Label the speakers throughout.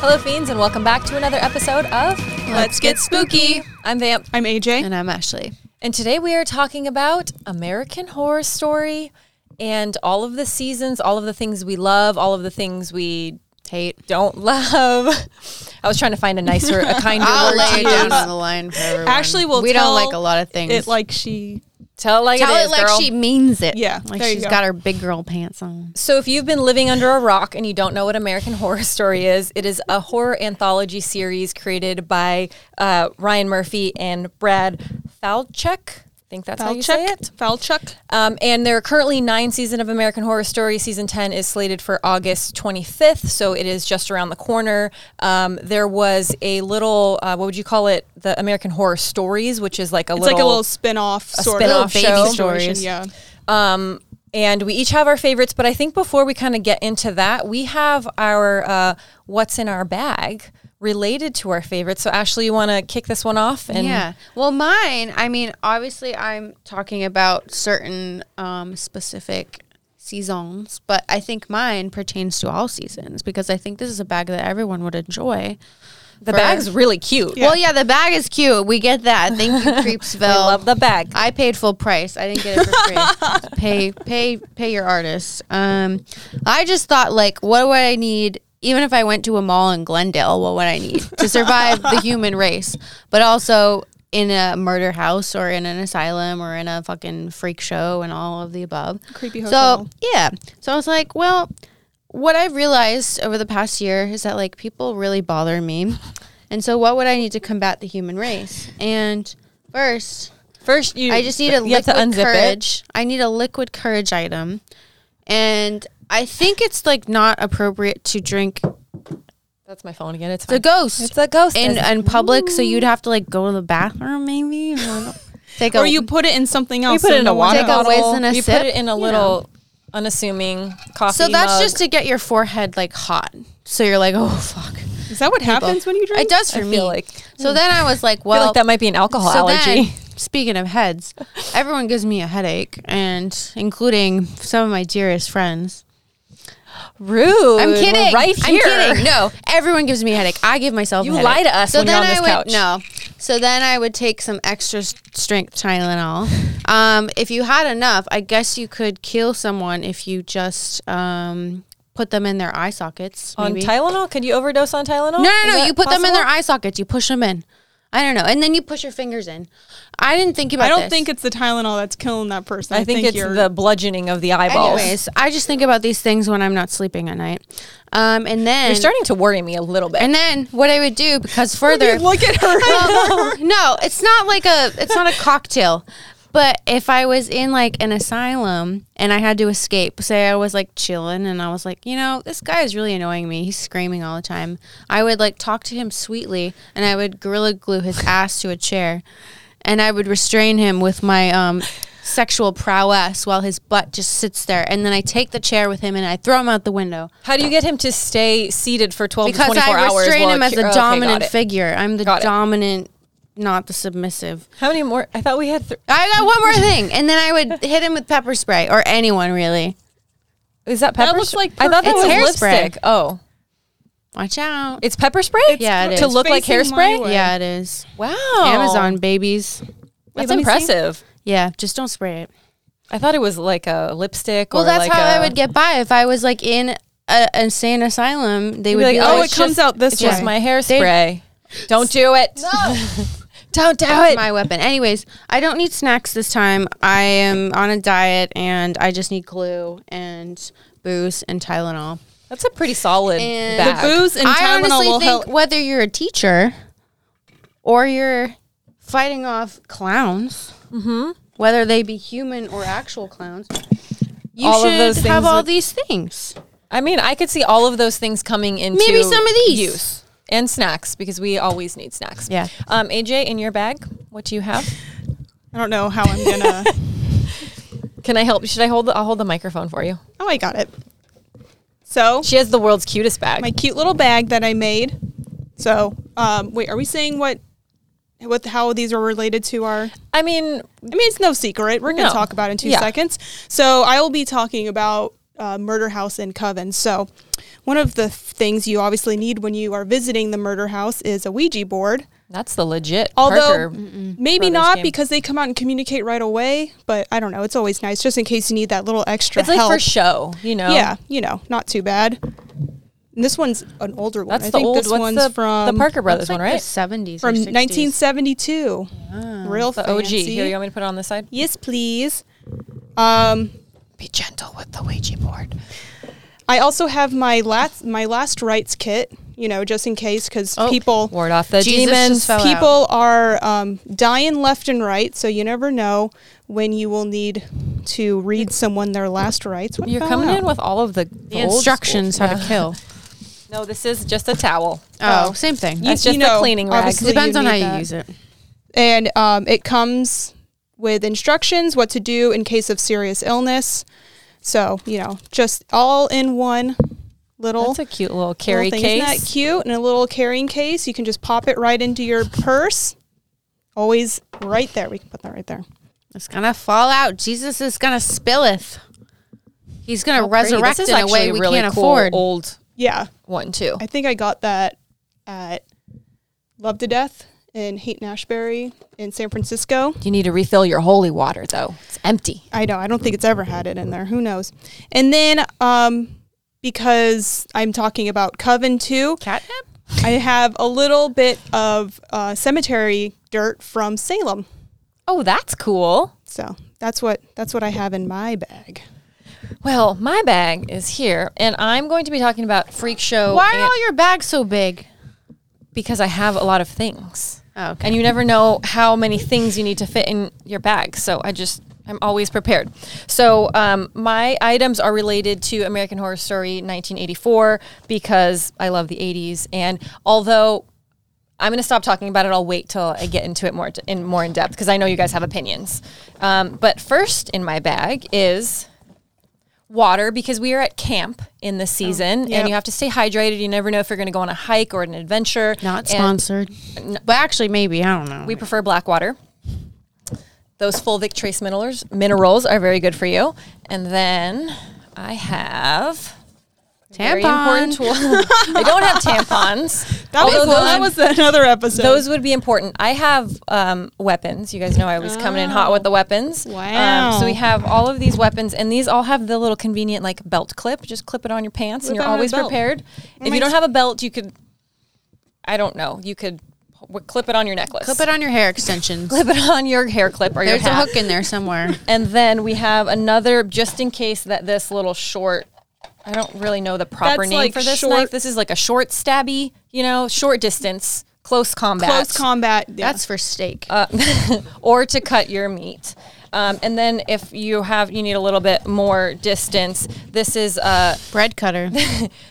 Speaker 1: Hello, fiends, and welcome back to another episode of
Speaker 2: Let's Get Spooky.
Speaker 1: I'm Vamp,
Speaker 2: I'm AJ.
Speaker 3: And I'm Ashley.
Speaker 1: and today we are talking about American Horror Story and all of the seasons, all of the things we love, all of the things we
Speaker 3: Tate.
Speaker 1: don't love. I was trying to find a nicer, a kinder
Speaker 3: I'll
Speaker 1: word
Speaker 3: lay
Speaker 1: to use.
Speaker 3: it down on the line for everyone.
Speaker 2: Ashley will
Speaker 3: We
Speaker 2: tell
Speaker 3: don't like a lot of things.
Speaker 2: It like she.
Speaker 1: Tell it like
Speaker 3: Tell
Speaker 1: it
Speaker 3: it,
Speaker 1: is,
Speaker 3: like
Speaker 1: girl.
Speaker 3: she means it.
Speaker 2: Yeah,
Speaker 3: Like
Speaker 2: there you
Speaker 3: she's
Speaker 2: go.
Speaker 3: got her big girl pants on.
Speaker 1: So, if you've been living under a rock and you don't know what American Horror Story is, it is a horror anthology series created by uh, Ryan Murphy and Brad Falchuk. I think that's how you say it.
Speaker 2: Falchuk. Falchuk.
Speaker 1: Um, and there are currently nine season of American Horror Story. Season ten is slated for August 25th, so it is just around the corner. Um, there was a little, uh, what would you call it? The American Horror Stories, which is like a
Speaker 2: It's
Speaker 1: little,
Speaker 2: like a little spin off sort
Speaker 1: spin-off
Speaker 2: of
Speaker 1: Little baby show.
Speaker 3: stories.
Speaker 2: Yeah.
Speaker 1: um, and we each have our favorites. But I think before we kind of get into that, we have our uh, what's in our bag related to our favorites. So Ashley, you want to kick this one off? And
Speaker 3: yeah. Well, mine, I mean, obviously I'm talking about certain um, specific seasons, but I think mine pertains to all seasons because I think this is a bag that everyone would enjoy.
Speaker 1: the bag's really cute.
Speaker 3: Well, yeah, the bag is cute. We get that. Thank you, Creepsville.
Speaker 1: I love the bag.
Speaker 3: I paid full price. I didn't get it for free. pay, pay, pay your artist. Um, I just thought like, what do I need? Even if I went to a mall in Glendale, what would I need to survive the human race? But also in a murder house or in an asylum or in a fucking freak show and all of the above.
Speaker 2: Creepy
Speaker 3: So
Speaker 2: hotel.
Speaker 3: yeah. So I was like, well, what I've realized over the past year is that like people really bother me. And so what would I need to combat the human race? And first,
Speaker 1: First, you
Speaker 3: I just need a
Speaker 1: you have
Speaker 3: liquid
Speaker 1: to unzip it.
Speaker 3: courage. I need a liquid courage item, and I think it's like not appropriate to drink
Speaker 1: That's my phone again. It's
Speaker 3: the
Speaker 1: fine.
Speaker 3: ghost
Speaker 1: It's a ghost.
Speaker 3: in
Speaker 1: isn't it?
Speaker 3: in public. So you'd have to like go to the bathroom, maybe. I don't know. Take a
Speaker 2: Or you put it in something
Speaker 1: you
Speaker 2: else.
Speaker 1: put it in
Speaker 2: no
Speaker 1: a
Speaker 2: one
Speaker 1: water
Speaker 3: Take a
Speaker 2: knows.
Speaker 1: bottle.
Speaker 3: whiz and a
Speaker 1: you
Speaker 3: sip,
Speaker 1: put it in a
Speaker 3: you
Speaker 1: little unassuming coffee.
Speaker 3: so that's
Speaker 1: mug.
Speaker 3: just to get your forehead like hot. So you're like, oh fuck,
Speaker 2: Is that what happens when you drink?
Speaker 3: it does for
Speaker 1: I
Speaker 3: me.
Speaker 1: feel like-
Speaker 3: so then I was like,
Speaker 1: I
Speaker 3: well,
Speaker 1: feel like that might be an alcohol
Speaker 3: So
Speaker 1: allergy.
Speaker 3: then, speaking of heads, everyone gives me a headache, and including some of my dearest friends.
Speaker 1: Rude.
Speaker 3: I'm
Speaker 1: We're
Speaker 3: kidding.
Speaker 1: right here.
Speaker 3: I'm kidding. No, everyone gives me a headache. I give myself.
Speaker 1: You
Speaker 3: a
Speaker 1: lie
Speaker 3: headache.
Speaker 1: to us when you're on
Speaker 3: I
Speaker 1: this
Speaker 3: would,
Speaker 1: couch.
Speaker 3: No. So then I would take some extra s- strength Tylenol. Um, if you had enough, I guess you could kill someone if you just um, put them in their eye sockets.
Speaker 1: On
Speaker 3: Maybe.
Speaker 1: Tylenol? Could you overdose on Tylenol?
Speaker 3: No, no, no. You put them in their eye sockets. You push them in. I don't know. And then you push your fingers in. I didn't think about.
Speaker 2: I don't
Speaker 3: this.
Speaker 2: think it's the Tylenol that's killing that person.
Speaker 1: I think, it's
Speaker 2: you're,
Speaker 1: the bludgeoning of the eyeballs.
Speaker 3: Anyways, I just think about these things when I'm not sleeping at night. Um, and then
Speaker 1: You're starting to worry me a little bit.
Speaker 3: And then what I would do because further
Speaker 2: Look at her.
Speaker 3: Well, no, it's not like a it's not a cocktail. But if I was in like an asylum and I had to escape, say I was like chilling and I was like, you know, this guy is really annoying me. He's screaming all the time. I would like talk to him sweetly and I would gorilla glue his ass to a chair and I would restrain him with my um sexual prowess while his butt just sits there and then I take the chair with him and I throw him out the window
Speaker 1: How do you get him to stay seated for 12 to
Speaker 3: because
Speaker 1: 24
Speaker 3: I
Speaker 1: hours?
Speaker 3: restrain
Speaker 1: while
Speaker 3: him
Speaker 1: a
Speaker 3: as
Speaker 1: cu- okay,
Speaker 3: a
Speaker 1: got
Speaker 3: dominant
Speaker 1: it.
Speaker 3: figure. I'm the
Speaker 1: Got it.
Speaker 3: dominant, not the submissive.
Speaker 1: How many more? I thought we had three.
Speaker 3: I got one more thing, and then I would hit him with pepper spray or anyone really.
Speaker 1: Is that pepper?
Speaker 2: looks
Speaker 1: sp-
Speaker 2: like
Speaker 1: I thought that
Speaker 3: It's
Speaker 1: was
Speaker 3: hairspray.
Speaker 1: lipstick. Oh,
Speaker 3: Watch out!
Speaker 1: it's pepper spray.
Speaker 3: Yeah, it
Speaker 1: To
Speaker 3: is.
Speaker 1: look like
Speaker 2: Facing my
Speaker 1: hairspray.
Speaker 2: way.
Speaker 3: yeah, it is.
Speaker 1: Wow.
Speaker 3: Amazon babies.
Speaker 1: That's
Speaker 2: let me see.
Speaker 1: impressive.
Speaker 3: Yeah, just don't spray it.
Speaker 1: I thought it was like a lipstick.
Speaker 3: Well,
Speaker 1: or
Speaker 3: that's
Speaker 1: like
Speaker 3: how
Speaker 1: I
Speaker 3: I would get by if I was like in a an insane asylum. They would
Speaker 1: like,
Speaker 3: be like,
Speaker 1: "Oh,
Speaker 2: oh,
Speaker 1: it's
Speaker 2: it comes
Speaker 1: just-
Speaker 2: out this
Speaker 1: It's
Speaker 2: way.
Speaker 1: just my hairspray. Don't do it. No. Don't do it.
Speaker 3: my weapon. Anyways, I don't need snacks this time. I am on a diet, and I just need glue and booze and Tylenol.
Speaker 1: That's a pretty solid
Speaker 3: And-
Speaker 1: bag.
Speaker 2: the booze and
Speaker 3: I
Speaker 2: Tylenol
Speaker 3: honestly
Speaker 2: will
Speaker 3: think
Speaker 2: help.
Speaker 3: whether you're a teacher or you're fighting off clowns, whether they be human or actual clowns, you
Speaker 1: All of
Speaker 3: should
Speaker 1: those
Speaker 3: have
Speaker 1: things
Speaker 3: all
Speaker 1: would-
Speaker 3: these things.
Speaker 1: I mean, I could see all of those things coming into
Speaker 3: Maybe some of these.
Speaker 1: use and snacks because we always need snacks.
Speaker 3: Yeah.
Speaker 1: Um, AJ, in your bag, what do you have?
Speaker 2: I don't know how I'm gonna.
Speaker 1: Can I help? Should I hold? The, I'll hold the microphone for you.
Speaker 2: oh, I got it. So
Speaker 1: She has the world's cutest bag.
Speaker 2: my cute little bag that I made. So, um, wait, are we saying what, what, how these are related to our?
Speaker 1: I mean,
Speaker 2: I mean, it's no secret. We're going to
Speaker 1: No.
Speaker 2: talk about it in two
Speaker 1: Yeah.
Speaker 2: seconds. So, I will be talking about uh, Murder House in Coven. So, one of the things you obviously need when you are visiting the murder house is a Ouija board.
Speaker 1: That's the legit.
Speaker 2: Although
Speaker 1: Parker.
Speaker 2: maybe
Speaker 1: Brothers
Speaker 2: not
Speaker 1: game.
Speaker 2: because they come out and communicate right away, but I don't know. It's always nice just in case you need that little extra
Speaker 1: it's like
Speaker 2: help.
Speaker 1: for show, you know.
Speaker 2: Yeah, you know, not too bad. And this one's an older one.
Speaker 1: that's
Speaker 2: I
Speaker 1: the
Speaker 2: think
Speaker 1: old.
Speaker 2: this
Speaker 1: What's
Speaker 2: one's
Speaker 1: the
Speaker 2: from
Speaker 1: the Parker Brothers
Speaker 3: That's like
Speaker 1: one, right?
Speaker 3: Seventies
Speaker 2: from 1972. Real
Speaker 1: Ah, The OG.
Speaker 2: fancy.
Speaker 1: Here, you want me to put it on this side?
Speaker 2: Yes, please. Um,
Speaker 1: Be gentle with the Ouija board.
Speaker 2: I also have my last my last rites kit. You know, just in case, because
Speaker 3: Oh,
Speaker 2: people
Speaker 1: Ward off the
Speaker 3: Jesus
Speaker 1: demons.
Speaker 3: just fell out.
Speaker 2: people are um, dying left and right, so you never know when you will need to read someone their last rites. What
Speaker 1: You're
Speaker 2: fell
Speaker 1: coming
Speaker 2: out?
Speaker 1: in with all of the,
Speaker 3: The instructions how to kill.
Speaker 1: No, this is just a towel.
Speaker 3: Oh, same thing.
Speaker 2: You-
Speaker 1: It's just
Speaker 2: know,
Speaker 1: a cleaning rag.
Speaker 2: obviously-
Speaker 3: Depends on how
Speaker 2: need
Speaker 3: you
Speaker 2: that.
Speaker 3: use it.
Speaker 2: and um, it comes with instructions what to do in case of serious illness. So you know, just all in one little
Speaker 1: That's a cute little carry
Speaker 2: little thing.
Speaker 1: case.
Speaker 2: Isn't that cute? And a little carrying case. You can just pop it right into your purse. Always right there. We can put that right there.
Speaker 3: It's gonna fall out. Jesus is gonna spilleth. He's gonna
Speaker 1: Pretty.
Speaker 3: resurrect
Speaker 1: This is
Speaker 3: in a
Speaker 1: actually
Speaker 3: way we
Speaker 1: really
Speaker 3: can't
Speaker 1: cool
Speaker 3: afford.
Speaker 1: Old
Speaker 2: Yeah,
Speaker 1: one too.
Speaker 2: I think I got that at Love to Death in Haight Ashbury in San Francisco.
Speaker 1: You need to refill your holy water though. It's empty.
Speaker 2: I know. I don't think it's ever had it in there. Who knows? And then, um, because I'm talking about Coven too,
Speaker 3: Catnip?
Speaker 2: I have a little bit of uh, cemetery dirt from Salem.
Speaker 1: Oh, that's cool.
Speaker 2: So that's what that's what I have in my bag.
Speaker 1: Well, my bag is here, and I'm going to be talking about freak show
Speaker 3: Why
Speaker 1: and-
Speaker 3: are all your bags so big?
Speaker 1: because I have a lot of things,
Speaker 3: Oh, okay.
Speaker 1: and you never know how many things you need to fit in your bag. So I just I'm always prepared. So um, my items are related to American Horror Story 1984 because I love the 80s, and although I'm going to stop talking about it. I'll wait till I get into it more in more in depth because I know you guys have opinions. Um, but first in my bag is water because we are at camp in
Speaker 3: Oh,
Speaker 1: this season
Speaker 2: yep.
Speaker 1: and you have to stay hydrated. You never know if you're going to go on a hike or an adventure.
Speaker 3: Not
Speaker 1: And
Speaker 3: sponsored. but actually, maybe I don't know.
Speaker 1: We prefer black water. Those fulvic trace minerals minerals are very good for you. And then I have very important
Speaker 3: Tampon.
Speaker 1: tool. I don't have tampons.
Speaker 2: That was,
Speaker 1: although
Speaker 2: that was another episode.
Speaker 1: those would be important. I have um, weapons. You guys know I was coming in hot with the weapons. Um,
Speaker 2: Wow.
Speaker 1: so we have all of these weapons, and these all have the little convenient like belt clip. Just clip it on your pants, and
Speaker 2: What
Speaker 1: you're
Speaker 2: about my
Speaker 1: always
Speaker 2: belt?
Speaker 1: prepared. if you don't have a belt, you could, I don't know, you could w- clip it on your necklace.
Speaker 3: Clip it on your hair extensions.
Speaker 1: Clip it on your hair clip or your
Speaker 3: There's a
Speaker 1: hat.
Speaker 3: hook in there somewhere.
Speaker 1: And then we have another, just in case that this little short. I don't really know the proper
Speaker 2: That's
Speaker 1: name
Speaker 2: like
Speaker 1: for this
Speaker 2: short-
Speaker 1: knife. This is like a short stabby, you know, short distance, close combat. uh,
Speaker 2: close combat. yeah.
Speaker 3: That's for steak.
Speaker 1: or to cut your meat. Um, and then if you have you need a little bit more distance, this is uh,
Speaker 3: Bread cutter.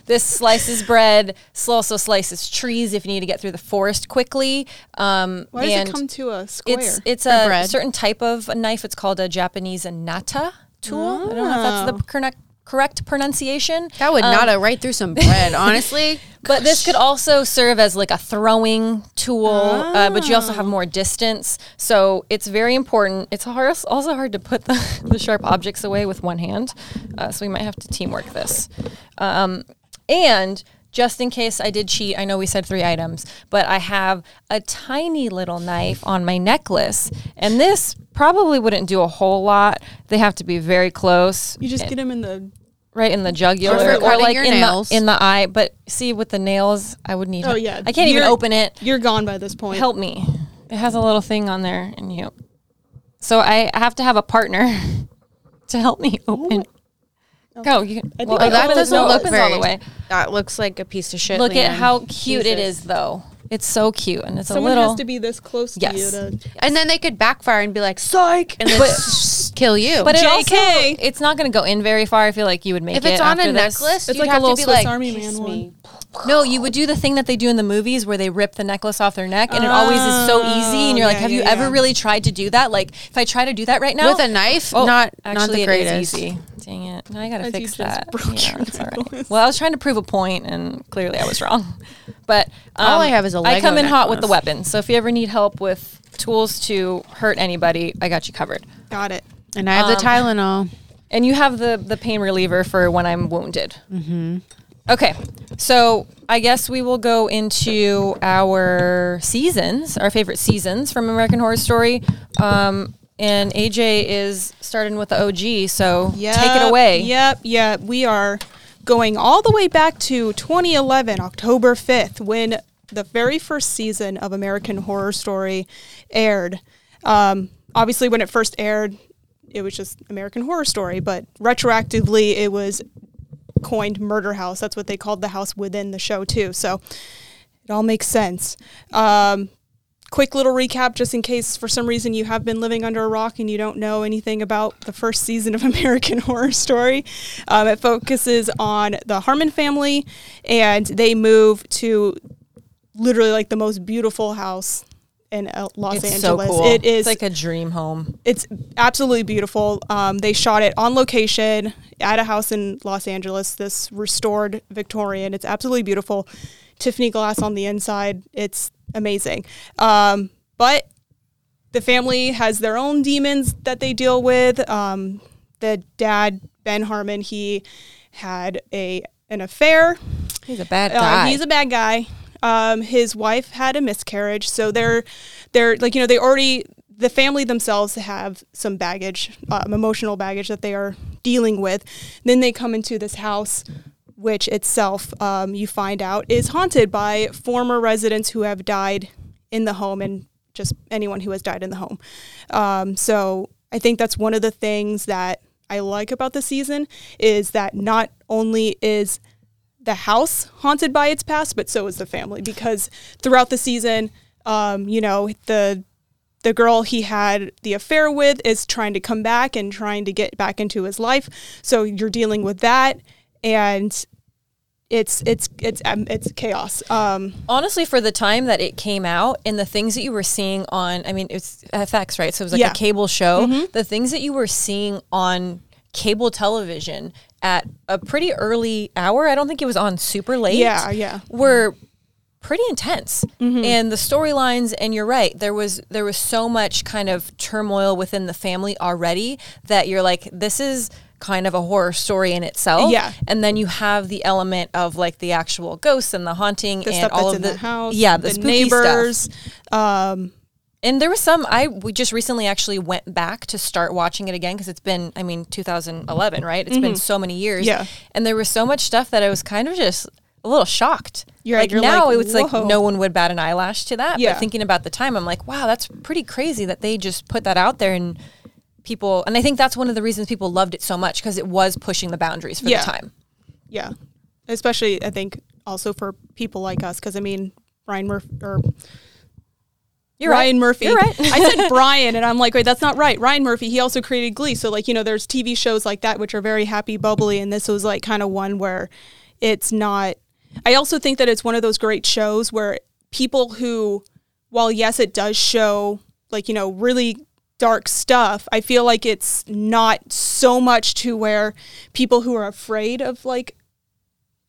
Speaker 1: this slices bread, s- also slices trees if you need to get through the forest quickly. Um,
Speaker 2: Why does
Speaker 1: and
Speaker 2: it come to a square?
Speaker 1: It's it's a
Speaker 3: bread?
Speaker 1: certain type of a knife. It's called a Japanese nata tool. I don't know if that's the correct correct pronunciation.
Speaker 3: Oh. That would not have right through some bread, honestly.
Speaker 1: But this could also serve as like a throwing tool, uh, but you also have more distance. So it's very important. It's hard, also hard to put the, the sharp objects away with one hand. Uh, so we might have to teamwork this. Um, and just in case I did cheat, I know we said three items, but I have a tiny little knife on my necklace. And this probably wouldn't do a whole lot. They have to be very close
Speaker 2: you just get them in the.
Speaker 1: right in the jugular
Speaker 3: for
Speaker 1: or
Speaker 3: cutting
Speaker 1: like
Speaker 3: your
Speaker 1: in
Speaker 3: nails.
Speaker 1: the in the eye. But see, with the nails, I would need.
Speaker 2: Oh
Speaker 1: help.
Speaker 2: yeah,
Speaker 1: I can't even
Speaker 2: You're-
Speaker 1: open it.
Speaker 2: You're gone by this point.
Speaker 1: Help me! It has a little thing on there, and you. So I have to have a partner to help me open. Go. You can, well,
Speaker 2: I
Speaker 1: it
Speaker 3: that
Speaker 1: opens-
Speaker 3: doesn't
Speaker 1: no, it
Speaker 3: look
Speaker 1: opens
Speaker 3: very.
Speaker 1: all the way.
Speaker 3: That looks like a piece of shit.
Speaker 1: Look at
Speaker 3: Leanne.
Speaker 1: how cute it
Speaker 3: Jesus.
Speaker 1: is, though. It's so cute, and it's
Speaker 2: Someone
Speaker 1: a little.
Speaker 2: has to be this close
Speaker 1: Yes.
Speaker 2: to you to
Speaker 3: And then they could backfire and be like, "Psych," and then s- kill you.
Speaker 1: but it
Speaker 2: JK.
Speaker 1: also, it's not going to go in very far. I feel like you would make
Speaker 3: if
Speaker 1: it.
Speaker 3: it's on a
Speaker 1: after this.
Speaker 3: necklace,
Speaker 2: It's
Speaker 3: you'd
Speaker 2: like a
Speaker 3: have
Speaker 2: little
Speaker 3: to be
Speaker 2: Swiss
Speaker 3: like,
Speaker 2: Army man
Speaker 3: "Kiss
Speaker 2: one."
Speaker 3: me."
Speaker 1: No, you would do the thing that they do in the movies where they rip the necklace off their neck, and it always is so easy. And you're like,
Speaker 3: Oh,
Speaker 2: yeah,
Speaker 1: have you
Speaker 2: yeah,
Speaker 1: ever
Speaker 2: yeah.
Speaker 1: really tried to do that? Like, if I try to do that right now
Speaker 3: With a knife?
Speaker 1: Oh,
Speaker 3: Not- not
Speaker 1: actually,
Speaker 3: the
Speaker 1: It is
Speaker 3: greatest.
Speaker 1: easy. Dang it! Now I gotta
Speaker 2: As you
Speaker 1: fix
Speaker 2: just
Speaker 1: that.
Speaker 2: broke
Speaker 1: Yeah,
Speaker 2: your
Speaker 1: that's all right.
Speaker 2: necklace.
Speaker 1: Well, I was trying to prove a point, and clearly I was wrong. But um,
Speaker 3: All I have is a
Speaker 1: I come
Speaker 3: Lego
Speaker 1: in hot with the
Speaker 3: necklace.
Speaker 1: weapons, so if you ever need help with tools to hurt anybody, I got you covered.
Speaker 2: got it.
Speaker 3: And
Speaker 1: Um,
Speaker 3: I have the Tylenol.
Speaker 2: Mm-hmm.
Speaker 1: And you have the the pain reliever for when I'm wounded. Okay. So I guess we will go into our seasons, our favorite seasons from American Horror Story. Um, and AJ is starting with the OG, so take it
Speaker 2: Yep,
Speaker 1: away.
Speaker 2: Yep, yep. We are going all the way back to 2011, October 5th, when the very first season of American Horror Story aired. Um, obviously, when it first aired, it was just American Horror Story, but retroactively, it was coined Murder House. That's what they called the house within the show, too. So it all makes sense. Um, quick little recap just in case for some reason you have been living under a rock and you don't know anything about the first season of American Horror Story. Um, it focuses on the Harmon family and they move to literally like the most beautiful house in uh, Los
Speaker 1: It's so
Speaker 2: Angeles.
Speaker 1: cool.
Speaker 2: It
Speaker 1: it's
Speaker 2: is
Speaker 1: like a dream home.
Speaker 2: it's absolutely beautiful. Um, they shot it on location at a house in Los Angeles, this restored Victorian. It's absolutely beautiful. Tiffany glass on the inside. It's amazing. Um, but the family has their own demons that they deal with. Um, the dad, Ben Harmon, he had a an affair
Speaker 1: He's a bad
Speaker 3: Oh,
Speaker 2: uh,
Speaker 1: guy.
Speaker 2: he's a bad guy. Um, his wife had a miscarriage, so they're they're like you know they already the family themselves have some baggage, um, emotional baggage that they are dealing with. Then they come into this house, which itself um, you find out is haunted by former residents who have died in the home and just anyone who has died in the home. Um, so I think that's one of the things that I like about the season is that not only is the house haunted by its past, but so is the family because throughout the season, um, you know the the girl he had the affair with is trying to come back and trying to get back into his life. So you're dealing with that, and it's it's it's um, it's chaos. Um,
Speaker 1: honestly for the time that it came out and the things that you were seeing on i mean it's fx right so it was like
Speaker 2: Yeah. Mm-hmm.
Speaker 1: a cable show the things that you were seeing on cable television at a pretty early hour i don't think it was on super late
Speaker 2: Yeah, yeah. Mm-hmm.
Speaker 1: were pretty intense and the storylines and you're right there was there was so much kind of turmoil within the family already that you're like this is kind of a horror story in itself
Speaker 2: Yeah.
Speaker 1: and then you have the element of like the actual ghosts and the haunting
Speaker 2: the
Speaker 1: and
Speaker 2: stuff
Speaker 1: all of
Speaker 2: that's in
Speaker 1: the,
Speaker 2: the, house,
Speaker 1: yeah, the,
Speaker 2: the
Speaker 1: spooky
Speaker 2: neighbors. um,
Speaker 1: Stuff. And there was some I we just recently actually went back to start watching it again because it's been I mean 2011 right? It's been so many years.
Speaker 2: Mm-hmm. Yeah.
Speaker 1: and there was so much stuff that I was kind of just a little shocked.
Speaker 2: You're
Speaker 1: like
Speaker 2: right, you're
Speaker 1: now
Speaker 2: like,
Speaker 1: it was
Speaker 2: "Whoa."
Speaker 1: like no one would bat an eyelash to that.
Speaker 2: Yeah.
Speaker 1: But thinking about the time, I'm like, wow, that's pretty crazy that they just put that out there and people. And I think that's one of the reasons people loved it so much because it was pushing the boundaries for
Speaker 2: Yeah.
Speaker 1: the time.
Speaker 2: Yeah, especially I think also for people like us because I mean Ryan Murphy or
Speaker 1: You're
Speaker 2: Ryan
Speaker 1: right.
Speaker 2: Murphy.
Speaker 1: You're right.
Speaker 2: I said Brian, and I'm like, wait, that's not right. Ryan Murphy. He also created Glee, so like you know, there's TV shows like that which are very happy, bubbly, and this was like kind of one where it's not. I also think that it's one of those great shows where people who, while yes, it does show like you know really dark stuff. I feel like it's not so much to where people who are afraid of like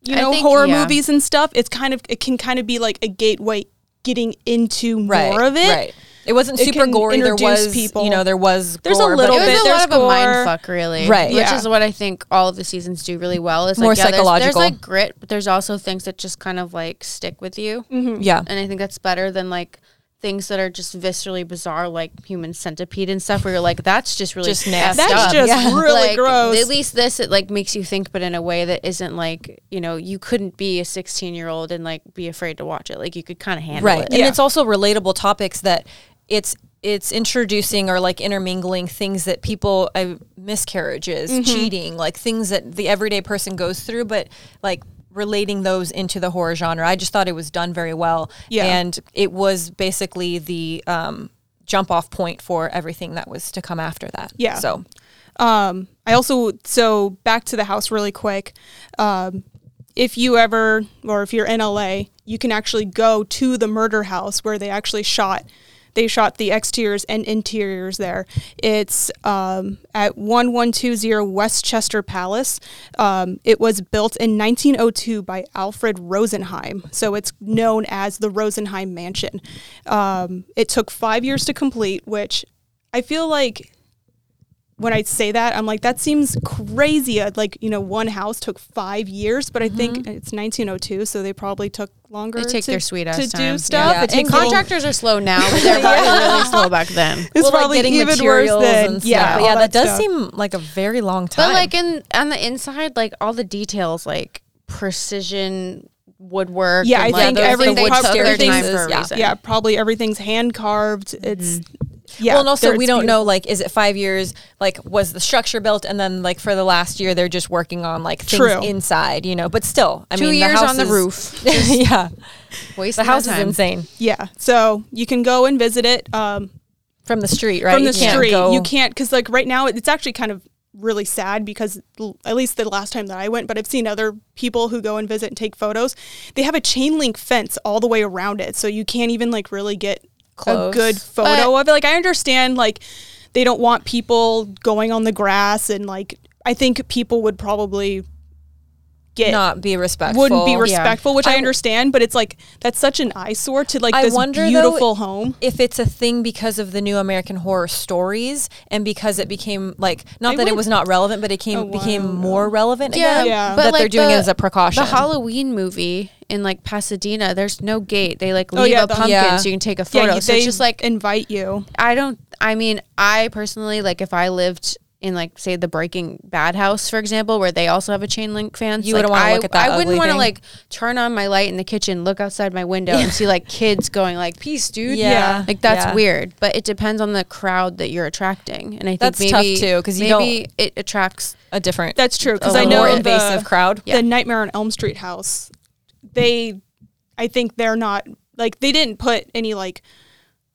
Speaker 2: you
Speaker 3: I
Speaker 2: know
Speaker 3: think-
Speaker 2: horror
Speaker 3: yeah.
Speaker 2: movies and stuff. It's kind of it can kind of be like a gateway getting into more
Speaker 1: right,
Speaker 2: of it.
Speaker 1: Right. It wasn't
Speaker 2: It
Speaker 1: super
Speaker 2: can
Speaker 1: gory. There
Speaker 2: introduce
Speaker 1: was
Speaker 2: people.
Speaker 1: you know there was
Speaker 2: There's a
Speaker 1: gore, but
Speaker 2: little
Speaker 1: it was
Speaker 3: It
Speaker 2: bit.
Speaker 3: was a
Speaker 2: there's
Speaker 3: lot of a
Speaker 2: gore.
Speaker 3: mind fuck, really.
Speaker 1: Right.
Speaker 3: Which
Speaker 2: Yeah.
Speaker 3: is what I think all of the seasons do really well. Is like,
Speaker 1: More
Speaker 3: yeah, there's-
Speaker 1: psychological.
Speaker 3: There's, like grit, but there's also things that just kind of like stick with you,
Speaker 2: Mm-hmm.
Speaker 1: Yeah.
Speaker 3: and I think that's better than like things that are just viscerally bizarre, like human centipede and stuff, where you're like, that's just really
Speaker 1: Just nasty.
Speaker 3: effed
Speaker 2: That's
Speaker 3: up.
Speaker 2: just
Speaker 1: Yeah.
Speaker 2: really
Speaker 3: Like,
Speaker 2: gross.
Speaker 3: At least this it like makes you think, but in a way that isn't like you know you couldn't be a 16 year old and like be afraid to watch it. Like you could kind of handle
Speaker 1: right
Speaker 3: it.
Speaker 1: and
Speaker 2: Yeah.
Speaker 1: it's also relatable topics that it's it's introducing or like intermingling things that people uh, miscarriages
Speaker 2: Mm-hmm.
Speaker 1: cheating like things that the everyday person goes through but like relating those into the horror genre i just thought it was done very well
Speaker 2: Yeah.
Speaker 1: and it was basically the um, jump off point for everything that was to come after that
Speaker 2: Yeah.
Speaker 1: so
Speaker 2: Um, I also so back to the house really quick. Um, if you ever or if you're in LA, you can actually go to the murder house where they actually shot. They shot the exteriors and interiors there. It's um, at 1120 Westchester Palace. Um, it was built in 1902 by Alfred Rosenheim, so it's known as the Rosenheim Mansion. Um, it took five years to complete, which I feel like when I say that, I'm like, that seems crazy. Uh, Like, you know, one house took five years, but I
Speaker 1: Mm-hmm.
Speaker 2: think it's 1902, so they probably took longer
Speaker 3: They take
Speaker 2: to,
Speaker 3: their sweet ass
Speaker 2: to
Speaker 3: time.
Speaker 2: do stuff.
Speaker 1: Yeah,
Speaker 2: It
Speaker 3: And
Speaker 2: takes a little-
Speaker 3: contractors are slow now, but they're probably really slow back then.
Speaker 2: It's
Speaker 1: Well, like,
Speaker 2: probably
Speaker 1: getting
Speaker 2: even worse
Speaker 1: materials
Speaker 2: than
Speaker 1: and stuff.
Speaker 2: yeah,
Speaker 1: But
Speaker 2: all
Speaker 1: yeah, that, does
Speaker 2: stuff.
Speaker 1: seem like a very long time.
Speaker 3: But like in on the inside, like all the details, like precision woodwork.
Speaker 2: Yeah,
Speaker 3: and,
Speaker 2: I
Speaker 3: like,
Speaker 2: think
Speaker 3: those
Speaker 2: everything-
Speaker 3: things took their
Speaker 2: everything's-
Speaker 3: time for a
Speaker 1: yeah.
Speaker 3: reason.
Speaker 2: yeah, probably everything's hand carved. It's yeah.
Speaker 1: Mm-hmm. well, and also
Speaker 2: they're-
Speaker 1: we
Speaker 2: it's
Speaker 1: don't know
Speaker 2: beautiful.
Speaker 1: like is it five years? Like was the structure built, and then like for the last year they're just working on like things
Speaker 2: True.
Speaker 1: inside, you know. But still, I
Speaker 3: Two
Speaker 1: mean, the
Speaker 3: years
Speaker 1: house
Speaker 3: on the
Speaker 1: is-
Speaker 3: roof.
Speaker 1: yeah,
Speaker 3: Waste
Speaker 1: the house is
Speaker 3: time.
Speaker 1: insane
Speaker 2: Yeah, so you can go and visit it um,
Speaker 1: from the street, right?
Speaker 2: from
Speaker 1: You
Speaker 2: the
Speaker 1: can't
Speaker 2: street.
Speaker 1: go-
Speaker 2: You can't because like right now it- it's actually kind of really sad because l- at least the last time that I went, but I've seen other people who go and visit and take photos. They have a chain link fence all the way around it, so you can't even like really get
Speaker 1: Close.
Speaker 2: a good photo of it. Like I understand like they don't want people going on the grass and like I think people would probably get
Speaker 1: not be respectful.
Speaker 2: wouldn't be
Speaker 3: Yeah.
Speaker 2: respectful, which I, understand, but it's like that's such an eyesore to like
Speaker 1: I
Speaker 2: this
Speaker 1: wonder, though,
Speaker 2: beautiful home.
Speaker 1: if it's a thing because of the new American Horror Stories and because it became like not
Speaker 2: I
Speaker 1: that it
Speaker 2: would-
Speaker 1: was not relevant, but it came
Speaker 2: Oh,
Speaker 1: became
Speaker 2: wow.
Speaker 1: more relevant again.
Speaker 2: Yeah.
Speaker 1: that they're doing
Speaker 3: the-
Speaker 1: it as a precaution.
Speaker 3: The Halloween movie in like Pasadena, there's no gate. They like leave
Speaker 2: Oh, yeah,
Speaker 3: a
Speaker 2: the-
Speaker 3: pumpkin
Speaker 1: Yeah.
Speaker 3: so you can take a photo.
Speaker 2: you-
Speaker 3: so it's just like
Speaker 2: invite you.
Speaker 3: I don't. I mean, I personally like if I lived in like say the Breaking Bad house, for example, where they also have a chain link fence.
Speaker 1: You
Speaker 3: like,
Speaker 1: wouldn't wanna
Speaker 3: I-
Speaker 1: look at that
Speaker 3: I wouldn't
Speaker 1: ugly
Speaker 3: want to
Speaker 1: thing.
Speaker 3: like turn on my light in the kitchen, look outside my window, and see like kids going like peace, dude.
Speaker 1: Yeah. Yeah.
Speaker 3: like that's
Speaker 1: Yeah.
Speaker 3: weird. But it depends on the crowd that you're attracting, and I think
Speaker 1: That's tough,
Speaker 3: maybe,
Speaker 1: too, 'cause you
Speaker 3: maybe it attracts.
Speaker 1: a different,
Speaker 2: That's true because
Speaker 1: a
Speaker 2: I know
Speaker 1: more
Speaker 2: the-
Speaker 1: invasive crowd.
Speaker 2: The Nightmare on Elm Street house, they, I think they're not like they didn't put any like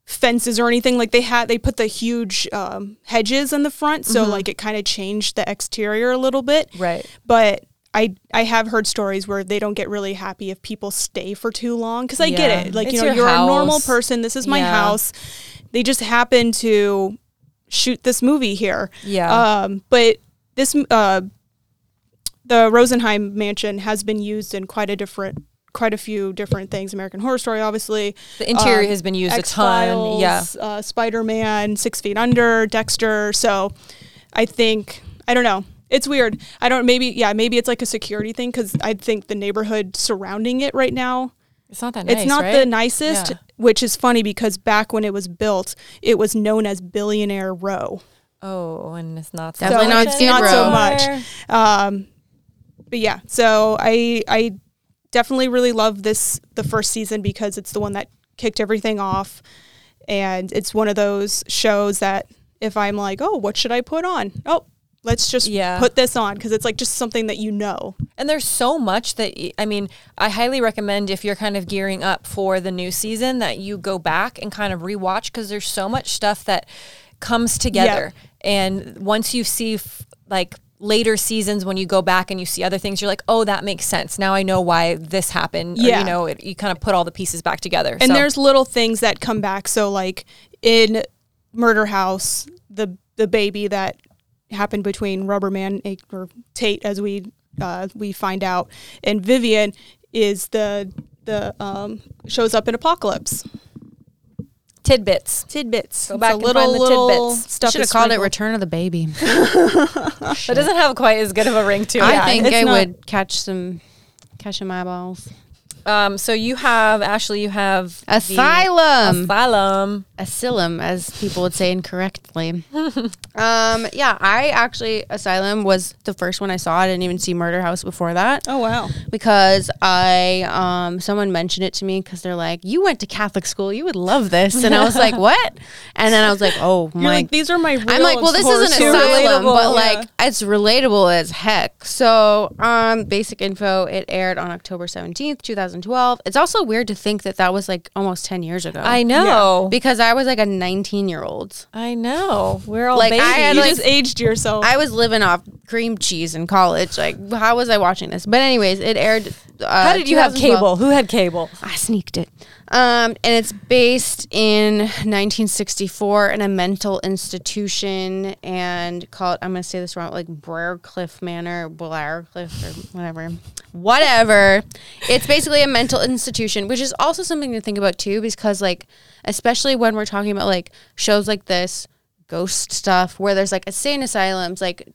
Speaker 2: fences or anything. Like they had they put the huge um, hedges in the front, so like it kind of changed the exterior a little bit.
Speaker 1: Mm-hmm. Right.
Speaker 2: But I I have heard stories where they don't get really happy if people stay for too long because I
Speaker 1: Yeah.
Speaker 2: get it. Like
Speaker 1: It's
Speaker 2: you know
Speaker 1: your
Speaker 2: you're a normal
Speaker 1: house.
Speaker 2: person. This is my
Speaker 1: Yeah.
Speaker 2: house. They just happen to shoot this movie here.
Speaker 1: Yeah.
Speaker 2: Um, but this uh, the Rosenheim mansion has been used in quite a different quite a few different things. American Horror Story, obviously. Um,
Speaker 1: The interior has been used a ton. Yeah.
Speaker 2: X-Files, Uh, Spider Man, Six Feet Under, Dexter. So I think I don't know. It's weird. I don't. Maybe yeah. Maybe it's like a security thing because I think the neighborhood surrounding it right now
Speaker 1: It's not that
Speaker 2: it's not the nicest,
Speaker 1: Yeah.
Speaker 2: which is funny because back when it was built, it was known as Billionaire Row.
Speaker 1: oh, and it's not so
Speaker 3: Definitely
Speaker 1: much
Speaker 3: not
Speaker 2: it's
Speaker 3: Skid
Speaker 2: not so
Speaker 3: Row.
Speaker 2: much. Um, but yeah, so I I definitely really love this the first season because it's the one that kicked everything off, and it's one of those shows that if I'm like, oh, what should I put on? Oh, let's just
Speaker 1: Yeah.
Speaker 2: put this on because it's like just something that you know.
Speaker 1: And there's so much that y- I mean, I highly recommend if you're kind of gearing up for the new season that you go back and kind of rewatch because there's so much stuff that comes together. And once you see f- like later seasons when you go back and you see other things, you're like, oh, that makes sense. Now I know why this happened. Or,
Speaker 2: Yeah.
Speaker 1: you know, it, you kind of put all the pieces back together.
Speaker 2: And
Speaker 1: So-
Speaker 2: there's little things that come back. So like in Murder House, the the baby that happened between Rubberman eh, or Tate, as we uh, we find out, and Vivian is the the um, shows up in Apocalypse.
Speaker 1: tidbits.
Speaker 2: Tidbits. Go
Speaker 1: back and find the tidbits.
Speaker 2: stuff.
Speaker 3: Should have
Speaker 2: is
Speaker 3: called it
Speaker 2: sprinkled.
Speaker 3: Return of the Baby.
Speaker 1: That doesn't have quite as good of a ring to it.
Speaker 3: I think
Speaker 2: it's
Speaker 3: I
Speaker 2: not-
Speaker 3: would catch some, catch some eyeballs.
Speaker 1: Um, so you have, Ashley, you have the
Speaker 3: Asylum.
Speaker 1: Asylum.
Speaker 3: asylum, as people would say incorrectly. um, yeah, I actually asylum was the first one I saw. I didn't even see Murder House before that
Speaker 2: Oh wow.
Speaker 3: because I um, someone mentioned it to me because they're like, "You went to Catholic school, you would love this," and I was like, "What?" And then I was like, "Oh
Speaker 2: You're
Speaker 3: my."
Speaker 2: like these are my. Real
Speaker 3: I'm like, well, this is an
Speaker 2: horror stories."
Speaker 3: asylum, but
Speaker 2: Relatable,
Speaker 3: like,
Speaker 2: yeah.
Speaker 3: it's relatable as heck. So, um, basic info. It aired on October 17th, 2012. It's also weird to think that that was like almost 10 years ago.
Speaker 1: I know.
Speaker 3: because I was like a 19 year old.
Speaker 1: I know. We're all
Speaker 3: Like, I
Speaker 1: babies.
Speaker 3: had,
Speaker 2: you
Speaker 3: like-
Speaker 2: just aged yourself.
Speaker 3: I was living off cream cheese in college. Like, how was I watching this? But anyways, it aired. Uh,
Speaker 1: How did you have
Speaker 3: 2012.
Speaker 1: cable? Who had cable?
Speaker 3: I sneaked it. Um, and it's based in 1964 in a mental institution and called, I'm going to say this wrong, like Briarcliff Manor, Briarcliff or whatever. Whatever. It's basically a mental institution, which is also something to think about too, because like, especially when we're talking about like shows like this, ghost stuff where there's like insane asylums, like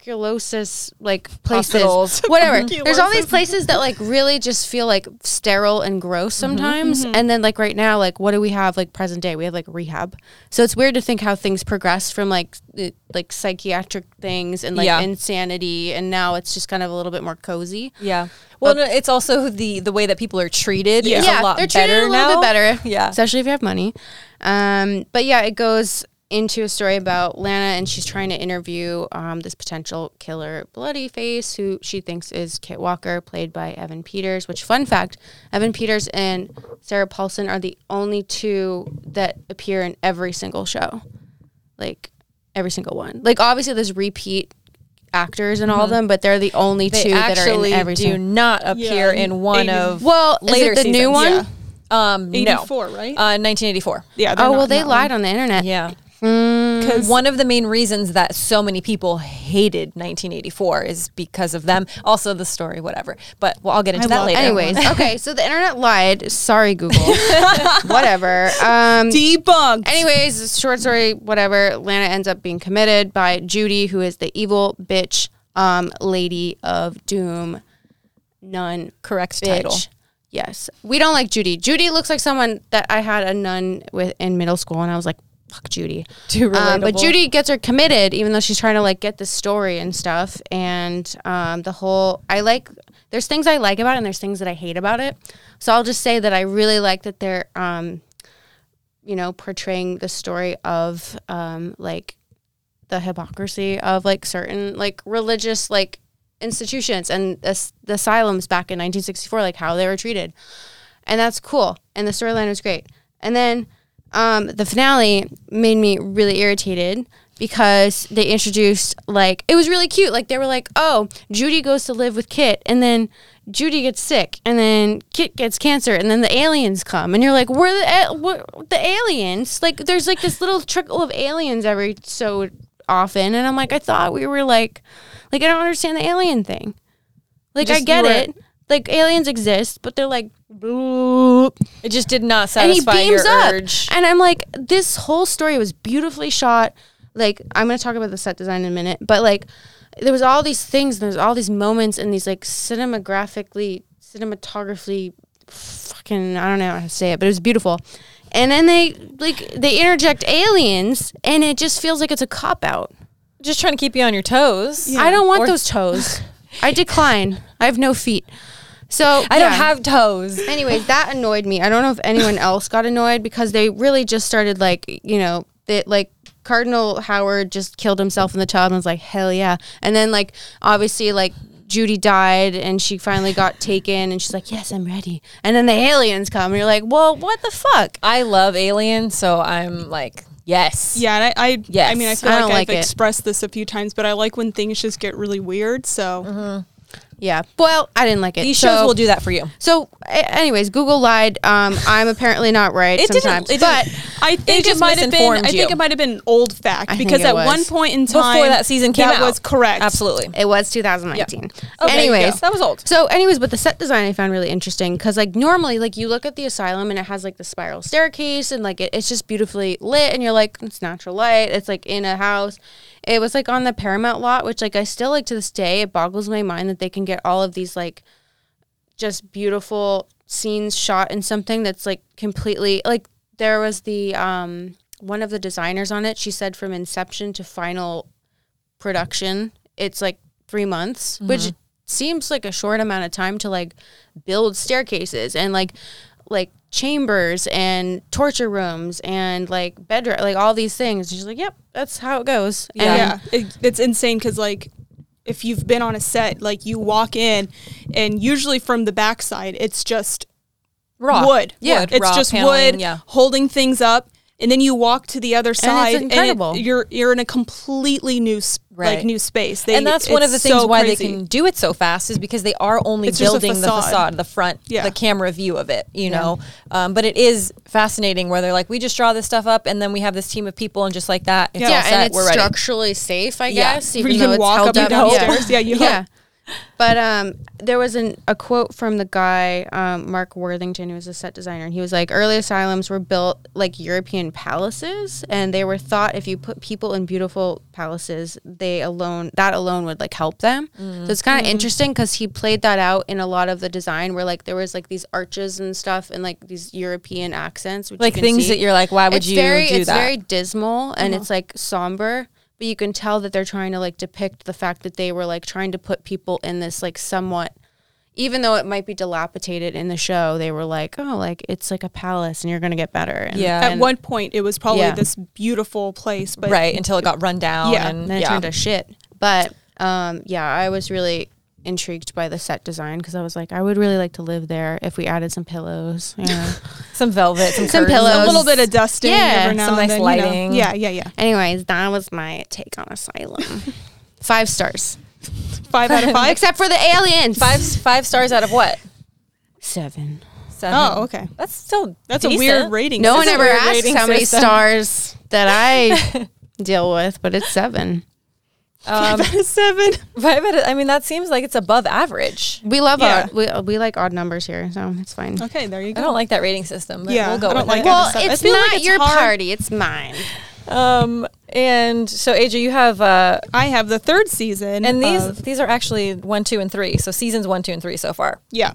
Speaker 3: tuberculosis, like places,
Speaker 1: Hospitals.
Speaker 3: whatever. there's all these places that like really just feel like sterile and gross sometimes. And then like right now, like what do we have like present day? We have like rehab. So it's weird to think how things progress from like the, like psychiatric things and like
Speaker 1: Yeah.
Speaker 3: insanity, and now it's just kind of a little bit more cozy.
Speaker 1: Yeah. Well, no, it's also the the way that people are treated is a lot
Speaker 3: they're treated
Speaker 1: better
Speaker 3: a
Speaker 1: now.
Speaker 3: little bit better.
Speaker 1: Yeah.
Speaker 3: especially if you have money. Um, but yeah, it goes into a story about Lana, and she's trying to interview um, this potential killer, Bloody Face, who she thinks is Kit Walker, played by Evan Peters. Which, fun fact, Evan Peters and Sarah Paulson are the only two that appear in every single show, like every single one. Like obviously, there's repeat actors in all of them, but they're the only
Speaker 1: Mm-hmm. They
Speaker 3: two that are
Speaker 1: actually
Speaker 3: in every
Speaker 1: do
Speaker 3: single.
Speaker 1: not appear
Speaker 2: Yeah,
Speaker 1: in one
Speaker 2: eighty-
Speaker 1: of
Speaker 3: Well,
Speaker 1: later
Speaker 3: is it the new
Speaker 1: seasons.
Speaker 3: one?
Speaker 1: Yeah. Um, no,
Speaker 2: Eighty-four, right?
Speaker 1: uh, 1984.
Speaker 2: yeah. they're
Speaker 3: Oh well,
Speaker 2: not-
Speaker 3: they
Speaker 2: not-
Speaker 3: lied on the internet.
Speaker 1: Yeah.
Speaker 3: Mm.
Speaker 2: because
Speaker 1: One of the main reasons that so many people hated 1984 is because of them. Also, the story, whatever. But well, I'll get into
Speaker 2: I
Speaker 1: that
Speaker 2: love-
Speaker 1: later.
Speaker 3: Anyways, okay, so the internet lied. Sorry, Google. whatever. Um,
Speaker 2: debunked.
Speaker 3: anyways, short story, whatever. Lana ends up being committed by Judy, who is the evil bitch, um, lady of doom, nun,
Speaker 1: correct
Speaker 3: bitch.
Speaker 1: title.
Speaker 3: Yes, we don't like Judy. Judy looks like someone that I had a nun with in middle school, and I was like, "Fuck Judy."
Speaker 1: Too
Speaker 3: Um, but
Speaker 1: relatable.
Speaker 3: Judy gets her committed, even though she's trying to like get the story and stuff. And um, the whole, I like. There's things I like about it, and there's things that I hate about it. So I'll just say that I really like that they're, um, you know, portraying the story of um, like the hypocrisy of like certain like religious like institutions and as- the asylums back in 1964, like how they were treated and that's cool. And the storyline was great. And then um, the finale made me really irritated because they introduced like it was really cute. Like they were like, "Oh, Judy goes to live with Kit, and then Judy gets sick, and then Kit gets cancer, and then the aliens come." And you're like, "Where the a- what, the aliens? Like there's like this little trickle of aliens every so often." And I'm like, "I thought we were like, like I don't understand the alien thing. Like
Speaker 1: Just-
Speaker 3: I
Speaker 1: you
Speaker 3: get
Speaker 1: were-
Speaker 3: it." Like aliens exist, but they're like boop,
Speaker 1: It just did not
Speaker 3: and he
Speaker 1: satisfy
Speaker 3: beams
Speaker 1: your
Speaker 3: up.
Speaker 1: urge.
Speaker 3: And I'm like, this whole story was beautifully shot. Like, I'm gonna talk about the set design in a minute, but like, there was all these things, and there's all these moments, and these like cinematographically, cinematographically, fucking, I don't know how to say it, but it was beautiful. And then they like they interject aliens, and it just feels like it's a cop out.
Speaker 1: Just trying to keep you on your toes.
Speaker 3: I don't want
Speaker 1: Or-
Speaker 3: those toes. I decline. I have no feet, so
Speaker 1: I don't
Speaker 3: yeah.
Speaker 1: have toes.
Speaker 3: Anyways, that annoyed me. I don't know if anyone else got annoyed because they really just started like, you know, that like Cardinal Howard just killed himself in the tub and was like, hell yeah. And then like obviously like Judy died and she finally got taken and she's like, yes, I'm ready. And then the aliens come and you're like, well, what the fuck?
Speaker 1: I love Alien, so I'm like, yes.
Speaker 2: Yeah, and I, I,
Speaker 1: Yes.
Speaker 2: I mean, I feel
Speaker 3: I
Speaker 2: like
Speaker 3: don't
Speaker 2: I've
Speaker 3: like it.
Speaker 2: expressed this a few times, but I like when things just get really weird.
Speaker 3: Mm-hmm.
Speaker 2: So
Speaker 3: Yeah. Well, I didn't like it.
Speaker 1: These
Speaker 3: So-
Speaker 1: shows will do that for you.
Speaker 3: So, a- anyways, Google lied. Um, I'm apparently not right
Speaker 1: It didn't-
Speaker 3: sometimes.
Speaker 1: it didn't-
Speaker 3: but
Speaker 2: I think it,
Speaker 1: just
Speaker 2: might have been.
Speaker 1: misinformed
Speaker 2: I think
Speaker 1: you.
Speaker 2: it might have been old fact
Speaker 3: think
Speaker 2: because
Speaker 3: it
Speaker 2: at
Speaker 3: was.
Speaker 2: one point in
Speaker 1: Before
Speaker 2: time
Speaker 1: that season came
Speaker 2: that
Speaker 1: out.
Speaker 2: was correct.
Speaker 1: Absolutely.
Speaker 3: It was 2019.
Speaker 1: Okay,
Speaker 3: anyways,
Speaker 1: yeah. Oh, That was old.
Speaker 3: So, anyways, but the set design I found really interesting because, like, normally, like, you look at the asylum and it has like the spiral staircase and like it, it's just beautifully lit, and you're like, it's natural light. It's like in a house. It was like on the Paramount lot, which like I still like to this day. It boggles my mind that they can get all of these like just beautiful scenes shot in something that's like completely like there was the um one of the designers on it she said from inception to final production it's like three months which seems like a short amount of time to like build staircases and like like chambers and torture rooms and like bedroom like all these things she's like yep that's how it goes
Speaker 2: Yeah,
Speaker 3: And-
Speaker 2: It, it's insane because like if you've been on a set, like you walk in, and usually from the backside, it's just
Speaker 1: Raw.
Speaker 2: wood.
Speaker 1: Yeah.
Speaker 2: it's
Speaker 1: raw
Speaker 2: just
Speaker 1: paneling,
Speaker 2: wood
Speaker 1: Yeah.
Speaker 2: holding things up. And then you walk to the other side, it-
Speaker 3: incredible.
Speaker 2: you're you're in a completely new, sp-
Speaker 1: Right.
Speaker 2: like new space. They,
Speaker 1: and that's one of the
Speaker 2: it's
Speaker 1: things
Speaker 2: so
Speaker 1: why
Speaker 2: crazy.
Speaker 1: they can do it so fast is because they are only
Speaker 2: It's just a
Speaker 1: building the
Speaker 2: facade.
Speaker 1: facade, the front,
Speaker 2: Yeah.
Speaker 1: the camera view of it, you know. Um, but it is fascinating where they're like, we just draw this stuff up, and then we have this team of people, and just like that, it's
Speaker 3: yeah,
Speaker 1: all set,
Speaker 3: and it's
Speaker 1: we're ready.
Speaker 3: structurally safe, I
Speaker 1: Yeah.
Speaker 3: guess.
Speaker 2: You can walk up and down stairs. Yeah, you-
Speaker 3: yeah. But um, there was an, a quote from the guy, um, Mark Worthington, who was a set designer, and he was like, "Early asylums were built like European palaces, and they were thought if you put people in beautiful palaces, they alone that alone would like help them."
Speaker 1: Mm.
Speaker 3: So it's
Speaker 1: Mm-hmm.
Speaker 3: kind of 'cause interesting because he played that out in a lot of the design, where like there was like these arches and stuff, and like these European accents, which you
Speaker 1: like
Speaker 3: can
Speaker 1: things
Speaker 3: see
Speaker 1: that you're like, why would
Speaker 3: it's
Speaker 1: you
Speaker 3: very,
Speaker 1: do
Speaker 3: it's
Speaker 1: that?
Speaker 3: very dismal and
Speaker 1: Uh-huh.
Speaker 3: it's like somber, but you can tell that they're trying to like depict the fact that they were like trying to put people in this like somewhat, even though it might be dilapidated in the show, they were like, oh, like it's like a palace and you're gonna get better. And
Speaker 1: Yeah.
Speaker 2: At one point, it was probably
Speaker 3: Yeah.
Speaker 2: this beautiful place, but
Speaker 1: right until it got run down.
Speaker 2: Yeah,
Speaker 1: and,
Speaker 3: and then it
Speaker 1: yeah.
Speaker 3: turned to shit. But um, yeah, I was really intrigued by the set design because I was like, I would really like to live there if we added some pillows. You know?
Speaker 1: some velvet, some,
Speaker 3: Some
Speaker 1: curtains.
Speaker 2: a
Speaker 3: pillows.
Speaker 2: little bit of dusting.
Speaker 3: Yeah,
Speaker 2: every now
Speaker 1: some nice
Speaker 2: and then, you know.
Speaker 1: lighting.
Speaker 2: Yeah, yeah, yeah.
Speaker 3: Anyways, that was my take on Asylum. Five stars.
Speaker 2: Five out of five.
Speaker 3: Except for the aliens.
Speaker 1: Five five stars out of what?
Speaker 3: Seven.
Speaker 1: Seven.
Speaker 2: oh, okay.
Speaker 1: That's still
Speaker 2: That's a
Speaker 1: decent.
Speaker 2: weird rating.
Speaker 3: No one
Speaker 2: system.
Speaker 3: ever
Speaker 1: weird
Speaker 3: asks
Speaker 1: rating
Speaker 3: how many
Speaker 1: system.
Speaker 3: stars that I deal with, but it's seven.
Speaker 1: Um,
Speaker 2: seven.
Speaker 1: five out of, I mean, that seems like it's above average.
Speaker 3: We love
Speaker 2: Yeah.
Speaker 3: odd. We, we like odd numbers here, so it's fine.
Speaker 2: Okay, there you
Speaker 1: I
Speaker 3: Oh.
Speaker 2: go.
Speaker 1: don't like that rating system. But
Speaker 2: Yeah,
Speaker 1: we'll go
Speaker 2: I
Speaker 1: with
Speaker 2: don't like
Speaker 1: it.
Speaker 2: it.
Speaker 3: Well,
Speaker 2: I
Speaker 3: it's
Speaker 2: feel
Speaker 3: not
Speaker 2: like it's
Speaker 3: your
Speaker 2: hard.
Speaker 3: party; it's mine.
Speaker 1: Um, and so AJ, you have uh,
Speaker 2: I have the third season,
Speaker 1: and these
Speaker 2: of-
Speaker 1: these are actually one, two, and three. So seasons one, two, and three so far.
Speaker 2: yeah,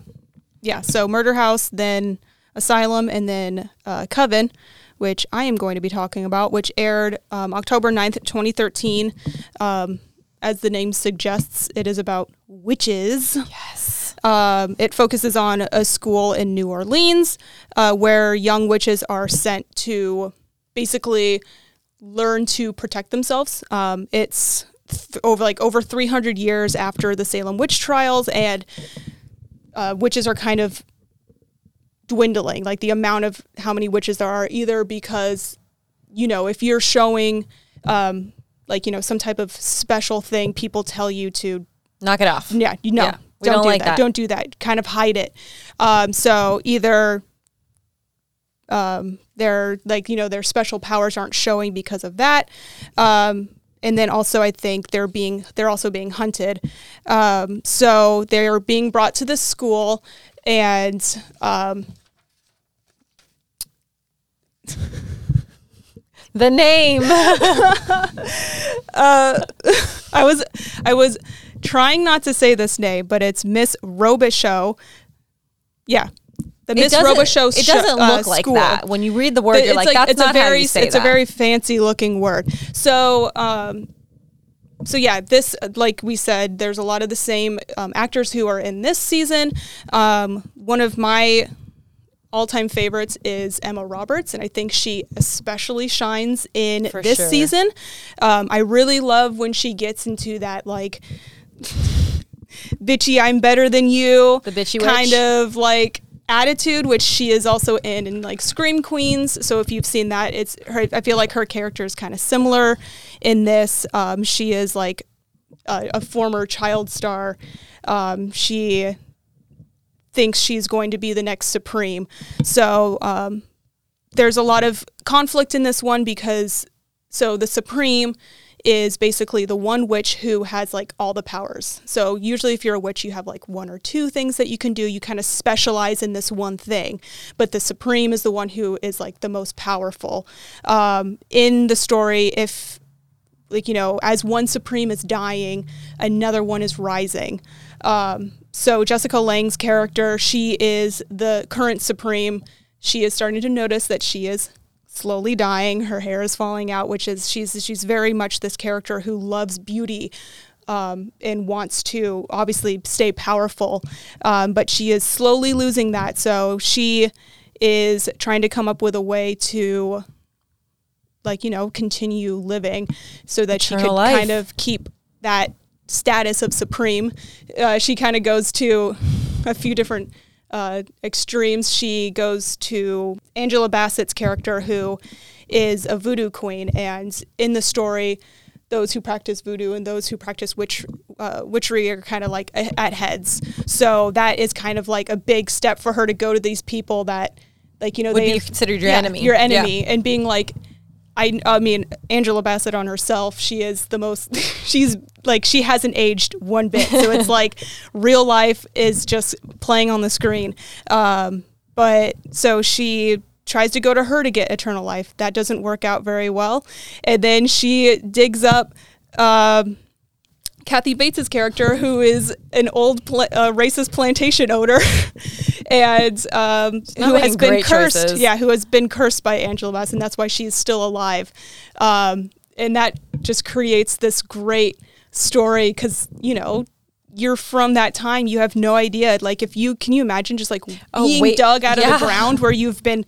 Speaker 2: yeah. So Murder House, then Asylum, and then uh, Coven, which I am going to be talking about, which aired um, October 9th, twenty thirteen. Um, as the name suggests, it is about witches.
Speaker 1: Yes.
Speaker 2: Um, it focuses on a school in New Orleans uh, where young witches are sent to basically learn to protect themselves. Um, it's th- over like over 300 years after the Salem witch trials, and uh, witches are kind of dwindling. Like the amount of how many witches there are, either because you know if you're showing um, like you know some type of special thing, people tell you to
Speaker 1: Knock it off.
Speaker 2: yeah, you know,
Speaker 1: Yeah, we
Speaker 2: don't,
Speaker 1: don't
Speaker 2: do
Speaker 1: like that.
Speaker 2: Don't do that. Kind of hide it. Um, so either um, their like you know their special powers aren't showing because of that, um, and then also I think they're being they're also being hunted. Um, so they're being brought to this school, and um,
Speaker 1: The name.
Speaker 2: I was I was trying not to say this name, but it's Miss Robichaux. Yeah. The Miss
Speaker 1: it doesn't,
Speaker 2: Robichaux
Speaker 1: It
Speaker 2: sho-
Speaker 1: doesn't
Speaker 2: uh,
Speaker 1: look like
Speaker 2: school.
Speaker 1: that. When you read the word,
Speaker 2: But
Speaker 1: you're like, that's
Speaker 2: it's
Speaker 1: not
Speaker 2: a very,
Speaker 1: how you say
Speaker 2: It's
Speaker 1: that.
Speaker 2: a very fancy looking word. So, um, so yeah, this like we said, there's a lot of the same um, actors who are in this season. Um, one of my all-time favorites is Emma Roberts, and I think she especially shines in
Speaker 1: For
Speaker 2: this
Speaker 1: sure.
Speaker 2: season. Um, I really love when she gets into that like. Bitchy, I'm better than you.
Speaker 1: The bitchy
Speaker 2: kind
Speaker 1: witch.
Speaker 2: of like attitude, which she is also in in like Scream Queens. So if you've seen that, it's her. I feel like her character is kind of similar in this. Um, she is like a, a former child star. Um, she thinks she's going to be the next Supreme. So um, there's a lot of conflict in this one because so the Supreme is basically the one witch who has like all the powers. So usually if you're a witch you have like one or two things that you can do. You kind of specialize in this one thing. But the Supreme is the one who is like the most powerful. Um, in the story if like you know as one supreme is dying another one is rising um, so jessica lang's character she is the current supreme she is starting to notice that she is slowly dying her hair is falling out which is she's she's very much this character who loves beauty um, and wants to obviously stay powerful um, but she is slowly losing that so she is trying to come up with a way to like you know continue living so that she
Speaker 1: Eternal
Speaker 2: could
Speaker 1: life.
Speaker 2: kind of keep that status of supreme uh, she kind of goes to a few different uh, extremes she goes to angela bassett's character who is a voodoo queen and in the story those who practice voodoo and those who practice witch uh, witchery are kind of like a- at heads so that is kind of like a big step for her to go to these people that like you know
Speaker 1: Would be
Speaker 2: they've-
Speaker 1: considered your enemy.
Speaker 2: your
Speaker 1: Yeah.
Speaker 2: enemy and being like I, I mean, Angela Bassett on herself, she is the most, she's like, she hasn't aged one bit. So it's like real life is just playing on the screen. Um, but so she tries to go to her to get eternal life. That doesn't work out very well. And then she digs up um Kathy Bates's character, who is an old pla- uh, racist plantation owner, and um,
Speaker 1: not
Speaker 2: who has
Speaker 1: making
Speaker 2: been
Speaker 1: great
Speaker 2: cursed.
Speaker 1: choices.
Speaker 2: Yeah, who has been cursed by Angela Bass, and that's why she's still alive. Um, and that just creates this great story because you know you're from that time. You have no idea. Like, if you can you imagine just like
Speaker 1: Oh,
Speaker 2: being
Speaker 1: wait,
Speaker 2: dug out
Speaker 1: yeah.
Speaker 2: of the ground where you've been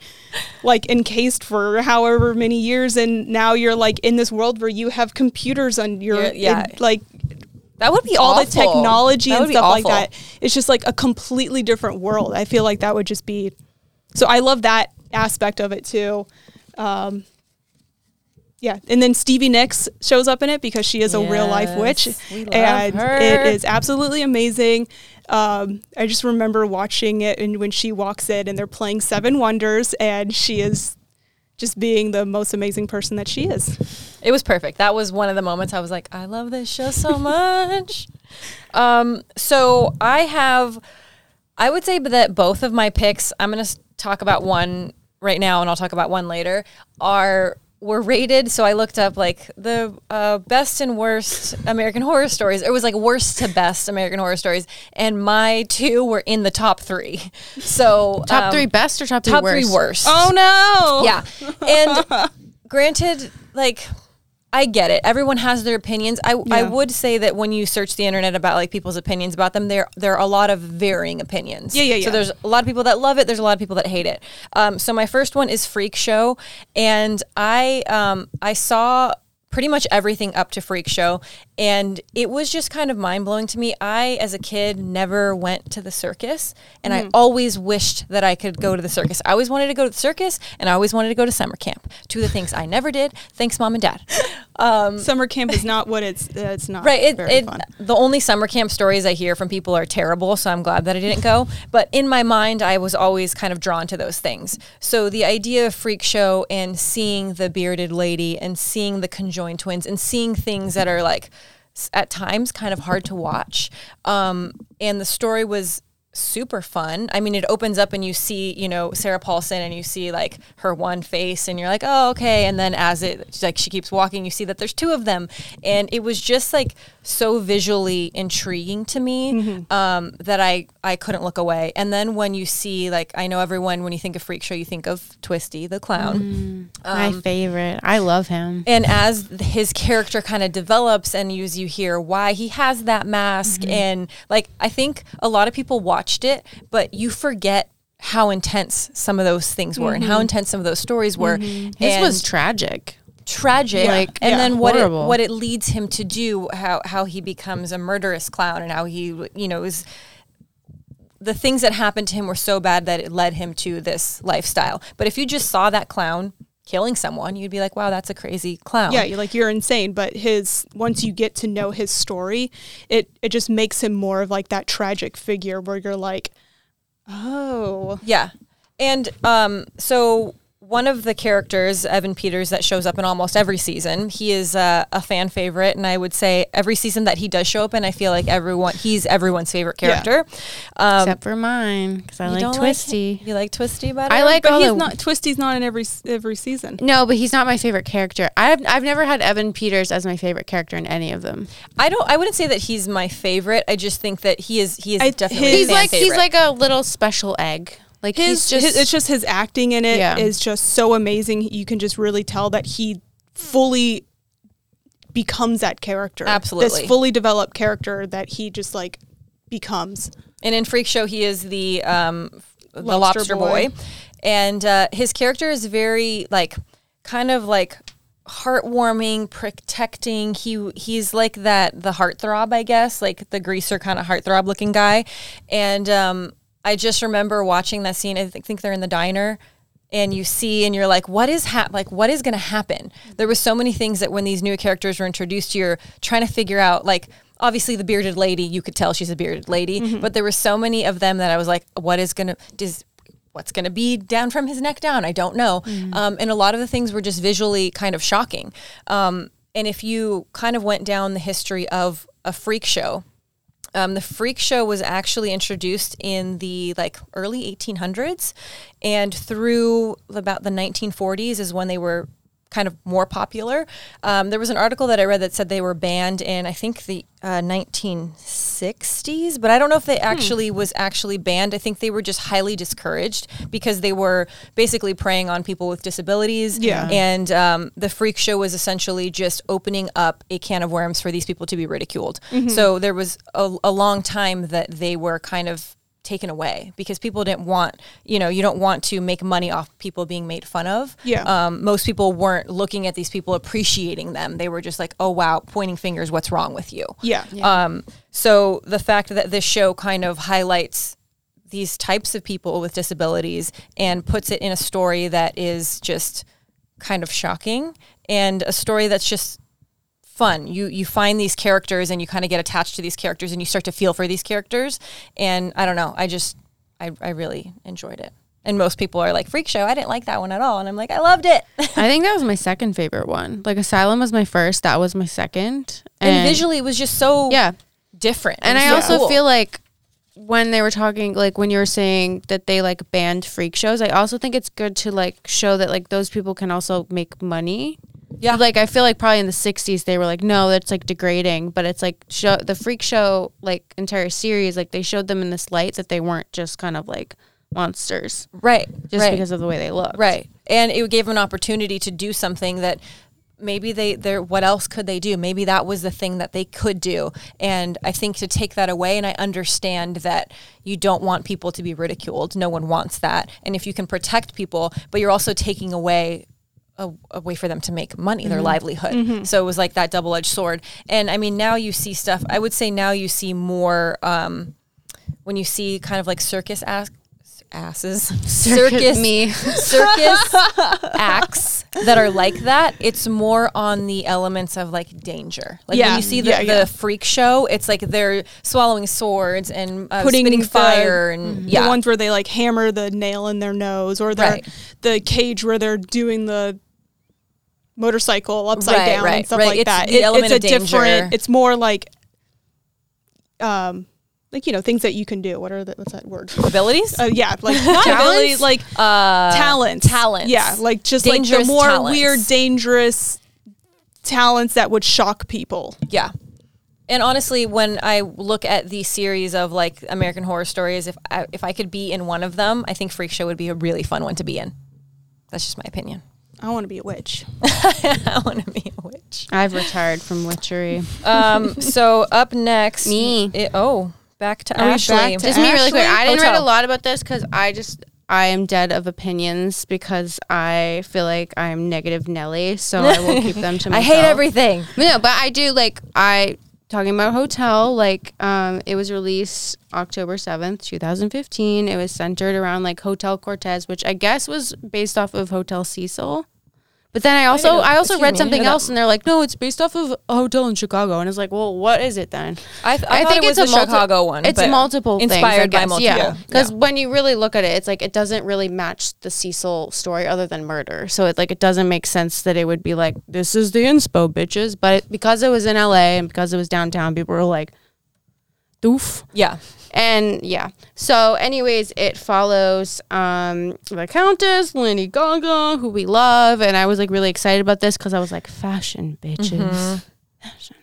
Speaker 2: like encased for however many years, and now you're like in this world where you have computers on your
Speaker 1: You're- yeah.
Speaker 2: and, like
Speaker 1: That would be
Speaker 2: all the
Speaker 1: awful.
Speaker 2: technology
Speaker 1: That
Speaker 2: and
Speaker 1: would be
Speaker 2: stuff like
Speaker 1: awful.
Speaker 2: that. It's just like a completely different world. I feel like that would just be. So I love that aspect of it too. Um, yeah, and then Stevie Nicks shows up in it because she is a real life witch,
Speaker 1: Yes, we love
Speaker 2: and
Speaker 1: her.
Speaker 2: it is absolutely amazing. Um, I just remember watching it, and when she walks in, and they're playing Seven Wonders, and she is just being the most amazing person that she is.
Speaker 1: It was perfect. That was one of the moments I was like, I love this show so much. um, so I have, I would say that both of my picks, I'm going to talk about one right now and I'll talk about one later, are were rated. So I looked up like the uh, best and worst American Horror Stories. It was like worst to best American Horror Stories. And my two were in the top three. So
Speaker 3: Top
Speaker 1: um,
Speaker 3: three best or top three
Speaker 1: top
Speaker 3: worst?
Speaker 1: three worst.
Speaker 2: Oh, no!
Speaker 1: Yeah. And granted, like I get it. Everyone has their opinions. I I
Speaker 2: Yeah.
Speaker 1: would say that when you search the internet about like people's opinions about them, there there are a lot of varying opinions.
Speaker 2: Yeah, yeah,
Speaker 1: So
Speaker 2: yeah.
Speaker 1: there's a lot of people that love it. There's a lot of people that hate it. Um, so my first one is Freak Show, and I um I saw pretty much everything up to Freak Show, and it was just kind of mind blowing to me. I as a kid never went to the circus, and
Speaker 2: Mm-hmm.
Speaker 1: I always wished that I could go to the circus. I always wanted to go to the circus, and I always wanted to go to summer camp. Two of the things I never did. Thanks, mom and dad.
Speaker 2: Summer camp is not what it's. Uh, it's not
Speaker 1: Um, right it,
Speaker 2: very
Speaker 1: it,
Speaker 2: fun.
Speaker 1: the only summer camp stories i hear from people are terrible so i'm glad that i didn't go but in my mind i was always kind of drawn to those things so the idea of freak show and seeing the bearded lady and seeing the conjoined twins and seeing things that are like s- at times kind of hard to watch um, and the story was super fun. I mean, it opens up and you see, you know, Sarah Paulson and you see like her one face and you're like, oh, okay. And then as it, like, she keeps walking, you see that there's two of them. And it was just like so visually intriguing to me um, that I, I couldn't look away. And then when you see, like, I know everyone, when you think of Freak Show, you think of Twisty the clown.
Speaker 3: My favorite. I love him.
Speaker 1: And as th- his character kind of develops and you, you hear why he has that mask
Speaker 3: Mm-hmm.
Speaker 1: and like I think a lot of people watched it, but you forget how intense some of those things were and how intense some of those stories were.
Speaker 3: His
Speaker 1: And
Speaker 3: Mm-hmm. was tragic.
Speaker 1: tragic
Speaker 3: like,
Speaker 1: and
Speaker 3: yeah,
Speaker 1: then what it,
Speaker 3: horrible.
Speaker 1: what it leads him to do, how how he becomes a murderous clown and how he you know is the things that happened to him were so bad that it led him to this lifestyle. But if you just saw that clown killing someone, you'd be like, wow, that's a crazy clown.
Speaker 2: Yeah, you're like you're insane. But his once you get to know his story, it it just makes him more of like that tragic figure where you're like, oh,
Speaker 1: Yeah. And um, so one of the characters, Evan Peters, that shows up in almost every season, he is uh, a fan favorite. And I would say every season that he does show up in, I feel like everyone, he's everyone's favorite
Speaker 2: Yeah.
Speaker 1: character. Um,
Speaker 3: Except for mine, because I
Speaker 1: you
Speaker 3: like
Speaker 1: don't
Speaker 3: Twisty.
Speaker 1: him? you like Twisty better?
Speaker 3: I like
Speaker 2: but
Speaker 3: all
Speaker 2: he's
Speaker 3: the
Speaker 2: not. Twisty's not in every s- every season.
Speaker 3: No, but he's not my favorite character. I've I've never had Evan Peters as my favorite character in any of them.
Speaker 1: I don't. I wouldn't say that he's my favorite. I just think that he is. He is
Speaker 2: I-
Speaker 1: definitely.
Speaker 2: his-
Speaker 1: a
Speaker 3: He's
Speaker 1: fan
Speaker 3: like he's
Speaker 1: favorite.
Speaker 3: like a little special egg. Like
Speaker 2: His,
Speaker 3: he's just
Speaker 2: his- it's just his acting in it is
Speaker 3: Yeah.
Speaker 2: just so amazing. You can just really tell that he fully becomes that character.
Speaker 1: Absolutely.
Speaker 2: this fully developed character that he just like becomes.
Speaker 1: And in Freak Show, he is the um, f- the lobster,
Speaker 2: Lobster
Speaker 1: boy.
Speaker 2: boy.
Speaker 1: and uh, his character is very like kind of like heartwarming, protecting. He he's like that the heartthrob, I guess, like the greaser kind of heartthrob looking guy. And um, I just remember watching that scene. I th- think they're in the diner. And you see, and you're like, what is hap- like, what is going to happen? There were so many things that when these new characters were introduced, you're trying to figure out, like, obviously the bearded lady you could tell she's a bearded lady but there were so many of them that i was like what is gonna does what's going to be down from his neck down. I don't know. Um, and a lot of the things were just visually kind of shocking. Um, and if you kind of went down the history of a freak show, um, the freak show was actually introduced in the like early 1800s, and through about the 1940s is when they were kind of more popular. Um, there was an article that I read that said they were banned in I think the uh, 1960s, but I don't know if they actually was actually banned. I think they were just highly discouraged because they were basically preying on people with disabilities.
Speaker 2: Yeah.
Speaker 1: and um, the freak show was essentially just opening up a can of worms for these people to be ridiculed.
Speaker 2: Mm-hmm.
Speaker 1: So there was a, a long time that they were kind of taken away because people didn't want you know you don't want to make money off people being made fun of
Speaker 2: Yeah.
Speaker 1: um, most people weren't looking at these people appreciating them they were just like oh wow pointing fingers what's wrong with you
Speaker 2: Yeah.
Speaker 1: um, so the fact that this show kind of highlights these types of people with disabilities and puts it in a story that is just kind of shocking and a story that's just fun. You you find these characters and you kind of get attached to these characters and you start to feel for these characters. And I don't know, I just I, I really enjoyed it. And most people are like, Freak Show, I didn't like that one at all. And I'm like, I loved it. and,
Speaker 3: I think that was my second favorite one. Like Asylum was my first. That was my second.
Speaker 1: visually it was just so
Speaker 3: yeah.
Speaker 1: different.
Speaker 3: And
Speaker 1: It
Speaker 3: I
Speaker 1: was so
Speaker 3: also
Speaker 1: cool.
Speaker 3: feel like when they were talking, like when you were saying that they like banned freak shows, I also think it's good to like show that like those people can also make money.
Speaker 1: Yeah.
Speaker 3: Like I feel like probably in the '60s they were like, no, that's like degrading, but it's like show the freak show like entire series, like they showed them in this light that they weren't just kind of like monsters
Speaker 1: right.
Speaker 3: just
Speaker 1: right.
Speaker 3: because of the way they look.
Speaker 1: Right. And it gave them an opportunity to do something that maybe they there what else could they do? Maybe that was the thing that they could do. And I think to take that away and I understand that you don't want people to be ridiculed. No one wants that. And if you can protect people, but you're also taking away a, a way for them to make money, their livelihood. So it was like that double edged sword. And I mean, now you see stuff, I would say now you see more um, when you see kind of like circus ass, asses, circus
Speaker 3: me.
Speaker 1: circus acts that are like that, it's more on the elements of like danger. Like when
Speaker 2: Yeah.
Speaker 1: you see the,
Speaker 2: Yeah, yeah.
Speaker 1: the freak show, it's like they're swallowing swords and uh,
Speaker 2: Putting
Speaker 1: spitting
Speaker 2: the-
Speaker 1: fire and yeah,
Speaker 2: The ones where they like hammer the nail in their nose or they're
Speaker 1: Right.
Speaker 2: the cage where they're doing the motorcycle upside
Speaker 1: Right,
Speaker 2: down
Speaker 1: right,
Speaker 2: and stuff
Speaker 1: right.
Speaker 2: like
Speaker 1: It's
Speaker 2: that.
Speaker 1: the element
Speaker 2: it's a
Speaker 1: of danger.
Speaker 2: different it's more like um like you know, things that you can do. What are the what's that word?
Speaker 1: abilities.
Speaker 2: Uh, yeah, like not ability,
Speaker 1: Talents?
Speaker 2: like
Speaker 1: Uh,
Speaker 2: talents.
Speaker 1: talents.
Speaker 2: Yeah, like just like
Speaker 1: Dangerous
Speaker 2: the more
Speaker 1: talents.
Speaker 2: weird, dangerous talents that would shock people.
Speaker 1: Yeah. And honestly, when I look at the series of like American Horror Stories, if I, if I could be in one of them, I think Freak Show would be a really fun one to be in. That's just my opinion.
Speaker 2: I want to be a witch.
Speaker 1: I want to be a witch.
Speaker 3: I've retired from witchery.
Speaker 1: Um, so up next,
Speaker 3: Me.
Speaker 1: it- oh, back to
Speaker 3: Are we
Speaker 1: Ashley.
Speaker 3: back to Just me really quick.
Speaker 1: Ashley?
Speaker 3: I didn't
Speaker 1: Hotel.
Speaker 3: read a lot about this because I just I am dead of opinions because I feel like I'm negative Nelly, so I will keep them to
Speaker 1: I
Speaker 3: myself.
Speaker 1: hate everything.
Speaker 3: No, but I do like I talking about hotel. Like, um, it was released October seventh, two thousand fifteen. It was centered around like Hotel Cortez, which I guess was based off of Hotel Cecil. But then I also
Speaker 1: know-
Speaker 3: I also
Speaker 1: excuse
Speaker 3: read
Speaker 1: me, I
Speaker 3: something
Speaker 1: know that-
Speaker 3: else, and they're like, no, it's based off of a hotel in Chicago, and it's like, well, what is it then?
Speaker 1: I, th- I, think it's a
Speaker 3: multi-
Speaker 1: Chicago one.
Speaker 3: It's
Speaker 1: but
Speaker 3: multiple things, I
Speaker 1: inspired by
Speaker 3: guess.
Speaker 1: multiple.
Speaker 3: Yeah, because
Speaker 1: Yeah.
Speaker 3: when you really look at it, it's like it doesn't really match the Cecil story other than murder. So it like it doesn't make sense that it would be like this is the inspo bitches, but it, because it was in L.A. and because it was downtown, people were like, doof.
Speaker 1: yeah,
Speaker 3: And yeah. So, anyways, it follows um, the Countess, Lady Gaga, who we love. And I was like really excited about this because I was like, fashion bitches.
Speaker 1: Mm-hmm.
Speaker 3: Fashion.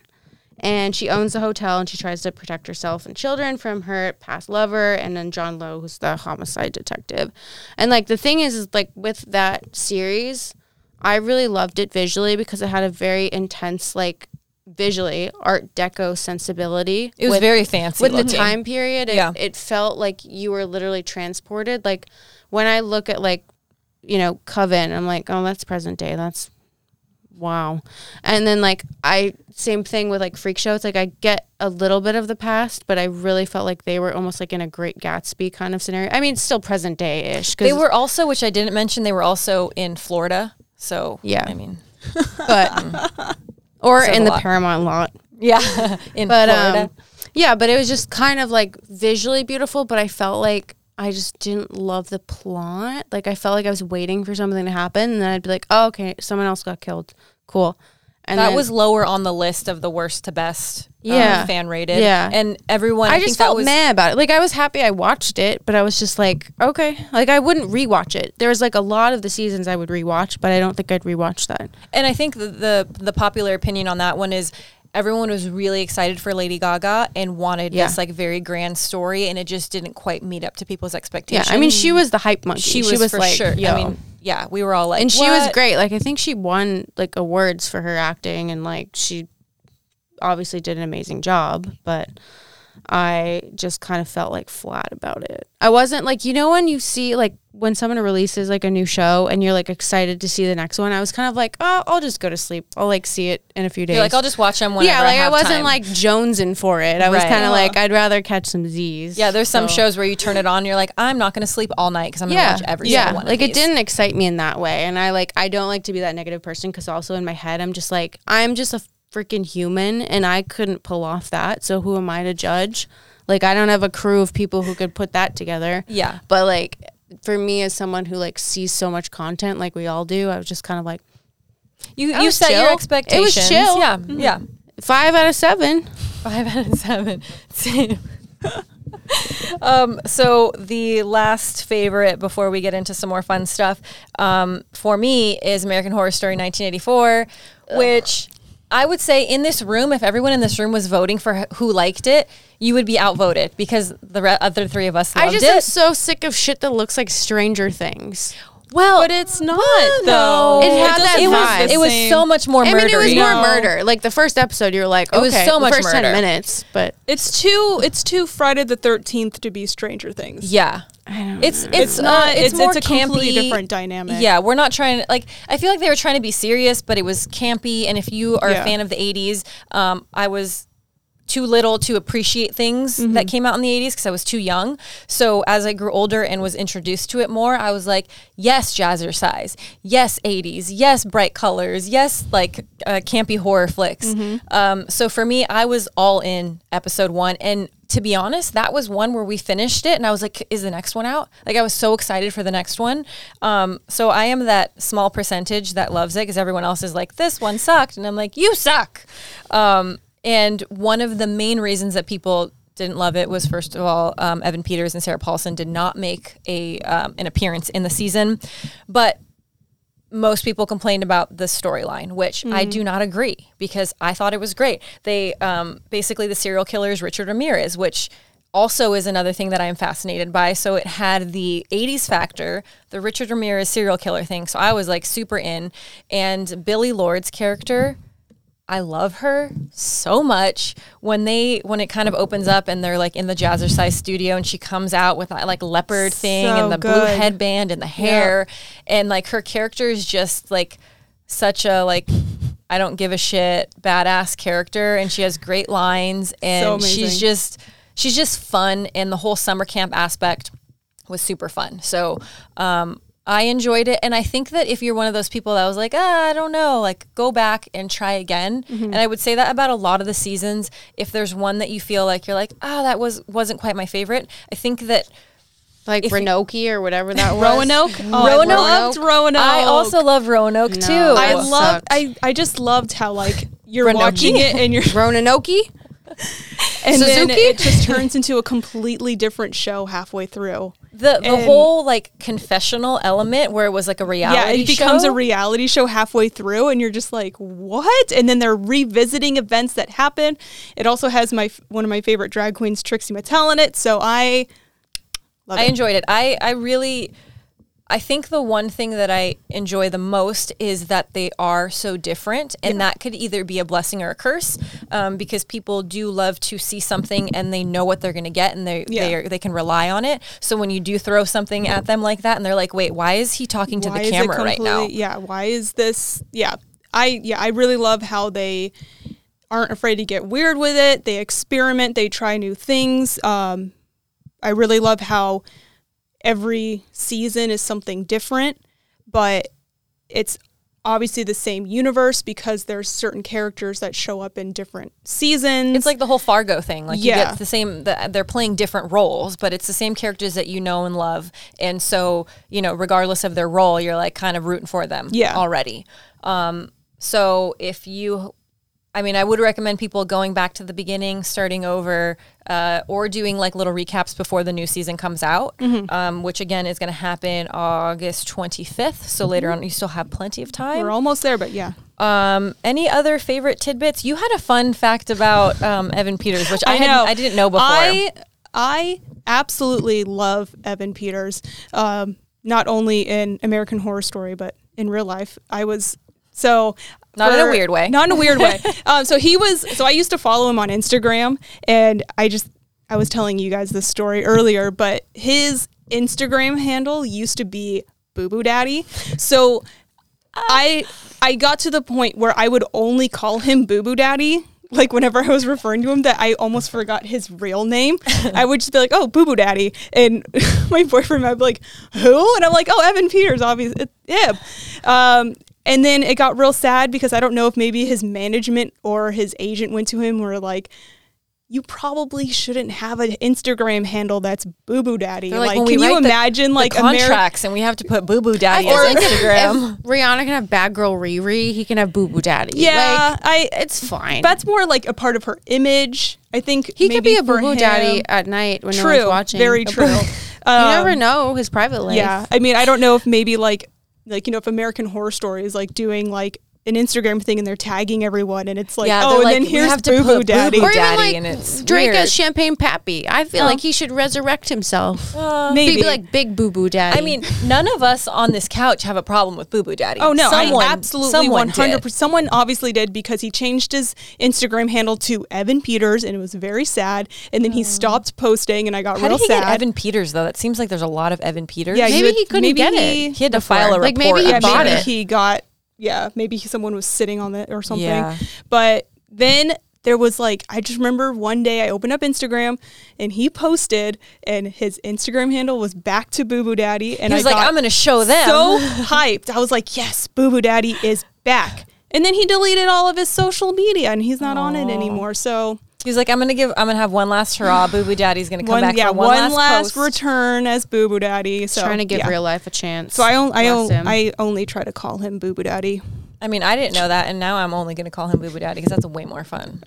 Speaker 3: And she owns the hotel and she tries to protect herself and children from her past lover and then John Lowe, who's the homicide detective. And like the thing is, is like with that series, I really loved it visually because it had a very intense, like visually art deco sensibility.
Speaker 1: it was
Speaker 3: with-
Speaker 1: very fancy.
Speaker 3: with the
Speaker 1: looking.
Speaker 3: time period it,
Speaker 1: Yeah.
Speaker 3: it felt like you were literally transported like when i look at like you know coven i'm like oh that's present day that's wow and then like i same thing with like freak show it's like i get a little bit of the past but i really felt like they were almost like in a great gatsby kind of scenario i mean it's still present day-ish 'cause-
Speaker 1: they were also, which I didn't mention, they were also in Florida. So
Speaker 3: Yeah.
Speaker 1: I mean,
Speaker 3: but or
Speaker 1: Says
Speaker 3: in
Speaker 1: a
Speaker 3: the
Speaker 1: lot.
Speaker 3: paramount lot
Speaker 1: yeah, in
Speaker 3: but
Speaker 1: Florida.
Speaker 3: um yeah but it was just kind of like visually beautiful but i felt like I just didn't love the plot. Like I felt like I was waiting for something to happen, and then I'd be like, "Oh, okay, someone else got killed. Cool." And
Speaker 1: that
Speaker 3: then-
Speaker 1: was lower on the list of the worst to best um,
Speaker 3: Yeah.
Speaker 1: fan rated.
Speaker 3: Yeah.
Speaker 1: And everyone,
Speaker 3: I,
Speaker 1: I,
Speaker 3: just
Speaker 1: think that
Speaker 3: felt
Speaker 1: was,
Speaker 3: mad about it. Like I was happy I watched it, but I was just like, okay, like I wouldn't rewatch it. There was like a lot of the seasons I would rewatch, but I don't think I'd rewatch that.
Speaker 1: and I think the, the, the popular opinion on that one is everyone was really excited for Lady Gaga and wanted
Speaker 3: Yeah.
Speaker 1: this like very grand story, and it just didn't quite meet up to people's
Speaker 3: Yeah,
Speaker 1: expectations.
Speaker 3: I mean, she was the hype monkey.
Speaker 1: she was, for
Speaker 3: like,
Speaker 1: sure.
Speaker 3: yo.
Speaker 1: I mean, yeah, we were all like,
Speaker 3: and she was
Speaker 1: "What?"
Speaker 3: great. Like I think she won like awards for her acting, and like she obviously did an amazing job. But I just kind of felt like flat about it. I wasn't like you know when you see like when someone releases like a new show and you're like excited to see the next one. I was kind of like, oh, I'll just go to sleep. I'll like see it in a few days.
Speaker 1: You're like, I'll just watch them whenever.
Speaker 3: yeah, like I,
Speaker 1: have
Speaker 3: wasn't
Speaker 1: time."
Speaker 3: like jonesing for it. I was
Speaker 1: Right.
Speaker 3: kind of
Speaker 1: Yeah.
Speaker 3: like, I'd rather catch some Z's.
Speaker 1: Yeah, there's some
Speaker 3: So-
Speaker 1: shows where you turn it on, and you're like, I'm not going to sleep all night because I'm going to watch every
Speaker 3: yeah.
Speaker 1: single one. of
Speaker 3: Like it
Speaker 1: these."
Speaker 3: didn't excite me in that way, and I like I don't like to be that negative person because also in my head I'm just like I'm just a freaking human, and I couldn't pull off that. So who am I to judge? Like I don't have a crew of people who could put that together.
Speaker 1: Yeah.
Speaker 3: but like for me as someone who like sees so much content, like we all do, I was just kind of like
Speaker 1: You
Speaker 3: That
Speaker 1: you
Speaker 3: was
Speaker 1: set
Speaker 3: chill. It
Speaker 1: your
Speaker 3: was
Speaker 1: expectations.
Speaker 3: chill. Mm-hmm.
Speaker 1: Yeah, yeah.
Speaker 3: five out of seven.
Speaker 1: Five out of seven. Same. um, so the last favorite before we get into some more fun stuff um, for me is American Horror Story 1984, which I would say in this room, if everyone in this room was voting for h- who liked it, you would be outvoted because the re- other three of us loved
Speaker 3: I just
Speaker 1: it.
Speaker 3: am so sick of shit that looks like Stranger Things.
Speaker 1: well, but it's not
Speaker 2: no.
Speaker 1: though.
Speaker 2: It
Speaker 3: had that
Speaker 1: it
Speaker 3: vibe.
Speaker 1: was, it was
Speaker 2: Same.
Speaker 1: so much more.
Speaker 3: I mean, it was
Speaker 1: murdery.
Speaker 3: more
Speaker 2: No.
Speaker 3: murder. Like the first episode, you were like, okay,
Speaker 1: It was so
Speaker 3: the
Speaker 1: much
Speaker 3: first ten
Speaker 1: murder.
Speaker 3: minutes, but
Speaker 2: It's too it's too Friday the Thirteenth to be Stranger Things.
Speaker 1: Yeah. It's uh, it's, not it's,
Speaker 2: it's-
Speaker 1: more
Speaker 2: it's a
Speaker 1: campy.
Speaker 2: completely different dynamic.
Speaker 1: Yeah, we're not trying to like I feel like they were trying to be serious, but it was campy and if you are
Speaker 2: Yeah.
Speaker 1: a fan of the 80s, um I was too little to appreciate things that came out in the 80s because I was too young. So as I grew older and was introduced to it more, I was like, yes, jazzercise. Yes, 80s. Yes, bright colors. Yes, like uh, campy horror flicks. Um, so for me, I was all in episode one. And to be honest, that was one where we finished it and I was like, is the next one out? Like I was so excited for the next one. Um, so I am that small percentage that loves it because everyone else is like, this one sucked. And I'm like, you suck. Um, and one of the main reasons that people didn't love it was first of all, um, Evan Peters and Sarah Paulson did not make a um, an appearance in the season, but most people complained about the storyline, which I do not agree because I thought it was great. They um, basically the serial killer is Richard Ramirez, which also is another thing that I am fascinated by. So it had the 80s factor, the Richard Ramirez serial killer thing. So I was like super in. And Billy Lord's character, I love her so much. When they when it kind of opens up and they're like in the jazzercise studio and she comes out with that like leopard thing
Speaker 2: So
Speaker 1: and the blue
Speaker 2: good.
Speaker 1: headband and the hair and like her character is just like such a like I don't give a shit badass character and she has great lines and she's
Speaker 2: amazing.
Speaker 1: just she's just fun and the whole summer camp aspect was super fun. So um, I enjoyed it. And I think that if you're one of those people that was like, ah, I don't know, like go back and try again. And I would say that about a lot of the seasons. If there's one that you feel like you're like, ah, that was wasn't quite my favorite. I think that
Speaker 3: like Roanoke or whatever that was.
Speaker 2: Roanoke. Oh, I
Speaker 1: Roanoke?
Speaker 2: loved Roanoke.
Speaker 1: I also love Roanoke too.
Speaker 3: No.
Speaker 2: I
Speaker 3: Oh, it
Speaker 2: love.
Speaker 3: sucked.
Speaker 2: I I just loved how like you're
Speaker 1: Roanoke.
Speaker 2: watching it and you're
Speaker 3: Roanoke.
Speaker 2: and then
Speaker 3: Suzuki?
Speaker 2: it just turns into a completely different show halfway through.
Speaker 1: the the
Speaker 2: And-
Speaker 1: whole like confessional element where it was like a reality.
Speaker 2: Yeah, it becomes
Speaker 1: show.
Speaker 2: a reality show halfway through, and you're just like, "What?" And then they're revisiting events that happened. It also has my one of my favorite drag queens, Trixie Mattel, in it. So I love
Speaker 1: I
Speaker 2: it.
Speaker 1: enjoyed it. I, I really, I think the one thing that I enjoy the most is that they are so different, and that could either be a blessing or a curse, um, because people do love to see something and they know what they're going to get, and they
Speaker 2: Yeah.
Speaker 1: they are, they can rely on it. So when you do throw something at them like that, and they're like, "Wait, why is he talking to
Speaker 2: Why
Speaker 1: the
Speaker 2: is it
Speaker 1: camera right now?"
Speaker 2: completely- Yeah. Why is this? Yeah. I yeah. I really love how they aren't afraid to get weird with it. They experiment. They try new things. Um, I really love how every season is something different, but it's obviously the same universe because there's certain characters that show up in different seasons.
Speaker 1: It's like the whole Fargo thing. Like you
Speaker 2: Yeah.
Speaker 1: get the same. The, they're playing different roles, but it's the same characters that you know and love. And so you know, regardless of their role, you're like kind of rooting for them.
Speaker 2: Yeah.
Speaker 1: Already. Um. So if you, I mean, I would recommend people going back to the beginning, starting over, uh, or doing like little recaps before the new season comes out.
Speaker 2: Mm-hmm.
Speaker 1: Um, which again is going to happen August 25th. So later on, you still have plenty of time.
Speaker 2: Mm-hmm. we're almost there, but yeah.
Speaker 1: Um, any other favorite tidbits? You had a fun fact about um, Evan Peters, which I, hadn't, I didn't know before.
Speaker 2: I I absolutely love Evan Peters. Um, not only in American Horror Story, but in real life, I was so.
Speaker 1: Not in a weird way.
Speaker 2: Not in a weird way. Um, so he was. So I used to follow him on Instagram, and I just I was telling you guys this story earlier, but his Instagram handle used to be Boo Boo Daddy. So I I got to the point where I would only call him Boo Boo Daddy. Like whenever I was referring to him, that I almost forgot his real name. I would just be like, "Oh, Boo Boo Daddy," and my boyfriend might be like, "Who?" And I'm like, "Oh, Evan Peters, obviously." Yeah. Um, and then it got real sad because I don't know if maybe his management or his agent went to him and were like, "You probably shouldn't have an Instagram handle that's Boo Boo Daddy."
Speaker 1: They're
Speaker 2: Like,
Speaker 1: when we
Speaker 2: can you
Speaker 1: write the-
Speaker 2: imagine
Speaker 1: the
Speaker 2: like Ameri-
Speaker 1: contracts, and we have to put Boo Boo Daddy
Speaker 3: Or
Speaker 1: on
Speaker 3: if-
Speaker 1: Instagram.
Speaker 3: if Rihanna can have Bad Girl Riri. He can have Boo Boo Daddy.
Speaker 2: Yeah,
Speaker 3: Like,
Speaker 2: I
Speaker 3: it's fine.
Speaker 2: that's more like a part of her image. I think
Speaker 3: he could
Speaker 2: maybe
Speaker 3: be a
Speaker 2: for
Speaker 3: Boo Boo
Speaker 2: him-
Speaker 3: Daddy at night when no
Speaker 2: True,
Speaker 3: one's watching.
Speaker 2: very true.
Speaker 3: You never
Speaker 2: Um,
Speaker 3: know his private life.
Speaker 2: Yeah, I mean, I don't know if maybe like like you know if American Horror Story is like doing like an Instagram thing and they're tagging everyone and it's like
Speaker 1: Yeah,
Speaker 2: oh
Speaker 1: they're
Speaker 2: and
Speaker 1: like,
Speaker 2: then
Speaker 1: "We
Speaker 2: here's
Speaker 1: have to
Speaker 2: Boo
Speaker 1: put
Speaker 2: Boo
Speaker 1: Boo
Speaker 2: Daddy.
Speaker 1: Boo
Speaker 3: Or even
Speaker 1: Daddy,
Speaker 3: like
Speaker 1: and it's
Speaker 3: drink
Speaker 1: weird.
Speaker 3: a champagne pappy. I feel like he should resurrect himself.
Speaker 2: Uh, Maybe.
Speaker 3: He'd be like big boo boo daddy.
Speaker 1: I mean, none of us on this couch have a problem with Boo Boo Daddy.
Speaker 2: Oh no!
Speaker 1: someone
Speaker 2: I absolutely
Speaker 1: someone
Speaker 2: one
Speaker 1: did.
Speaker 2: hundred percent. Someone obviously did because he changed his Instagram handle to Evan Peters, and it was very sad. And then he stopped posting, and I got
Speaker 1: How
Speaker 2: real
Speaker 1: did he
Speaker 2: sad.
Speaker 1: get Evan Peters though? That seems like there's a lot of Evan Peters.
Speaker 2: Yeah,
Speaker 1: he,
Speaker 2: you
Speaker 3: maybe
Speaker 2: would-
Speaker 3: he couldn't
Speaker 2: maybe
Speaker 3: get
Speaker 2: he-
Speaker 3: it.
Speaker 1: had to
Speaker 3: before.
Speaker 1: file a report.
Speaker 3: Like, maybe he
Speaker 1: I'm
Speaker 2: yeah,
Speaker 3: bought
Speaker 2: maybe
Speaker 1: sure.
Speaker 3: it.
Speaker 2: he got yeah, maybe he- someone was sitting on it or something.
Speaker 1: Yeah.
Speaker 2: But then there was like I just remember one day I opened up Instagram and he posted and his Instagram handle was back to Boo Boo Daddy and
Speaker 1: was
Speaker 2: I
Speaker 1: like,
Speaker 2: got
Speaker 1: "I'm going to show them."
Speaker 2: so hyped. I was like, "Yes, Boo Boo Daddy is back." And then he deleted all of his social media and he's not on it anymore. So
Speaker 1: He's like, "I'm going to give. I'm going to have one last hurrah. Boo Boo Daddy's going to come
Speaker 2: one
Speaker 1: back
Speaker 2: yeah,
Speaker 1: for one, last, post.
Speaker 2: return as Boo Boo Daddy. So
Speaker 3: trying to give
Speaker 2: yeah.
Speaker 3: real life a chance.
Speaker 2: So I, on, I, on,
Speaker 3: Bless him.
Speaker 2: I only try to call him Boo Boo Daddy.
Speaker 1: I mean, I didn't know that, and now I'm only going to call him Boo Boo Daddy because that's way more fun.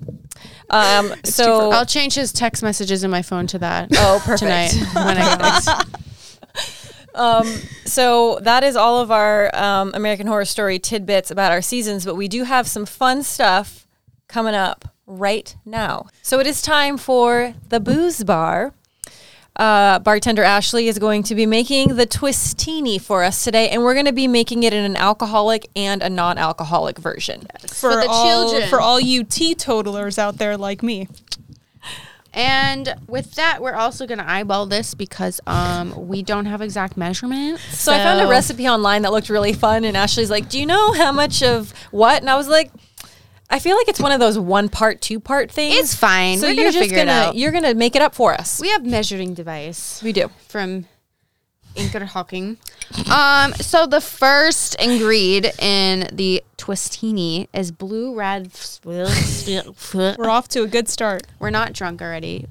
Speaker 1: Um, so,
Speaker 3: I'll change his text messages in my phone to that.
Speaker 1: Oh, perfect.
Speaker 3: Tonight when I get back.
Speaker 1: um, so that is all of our um, American Horror Story tidbits about our seasons, but we do have some fun stuff coming up right now. So it is time for the booze bar. Uh, bartender Ashley is going to be making the twistini for us today, and we're going to be making it in an alcoholic and a non-alcoholic version.
Speaker 2: for,
Speaker 3: the
Speaker 2: all,
Speaker 3: children.
Speaker 2: For all you teetotalers out there like me.
Speaker 3: And with that, we're also gonna eyeball this because um we don't have exact measurements.
Speaker 1: So I found a recipe online that looked really fun, and Ashley's like, "Do you know how much of what?" And I was like, "I feel like it's one of those one part, two part things.
Speaker 3: It's fine.
Speaker 1: So
Speaker 3: We're
Speaker 1: you're
Speaker 3: gonna
Speaker 1: just
Speaker 3: figure it
Speaker 1: gonna
Speaker 3: out.
Speaker 1: you're gonna make it up for us.
Speaker 3: We have measuring device
Speaker 1: We do.
Speaker 3: from Inker Hawking. Um, so the first ingredient in the twistini is blue red.
Speaker 2: We're off to a good start.
Speaker 3: We're not drunk already.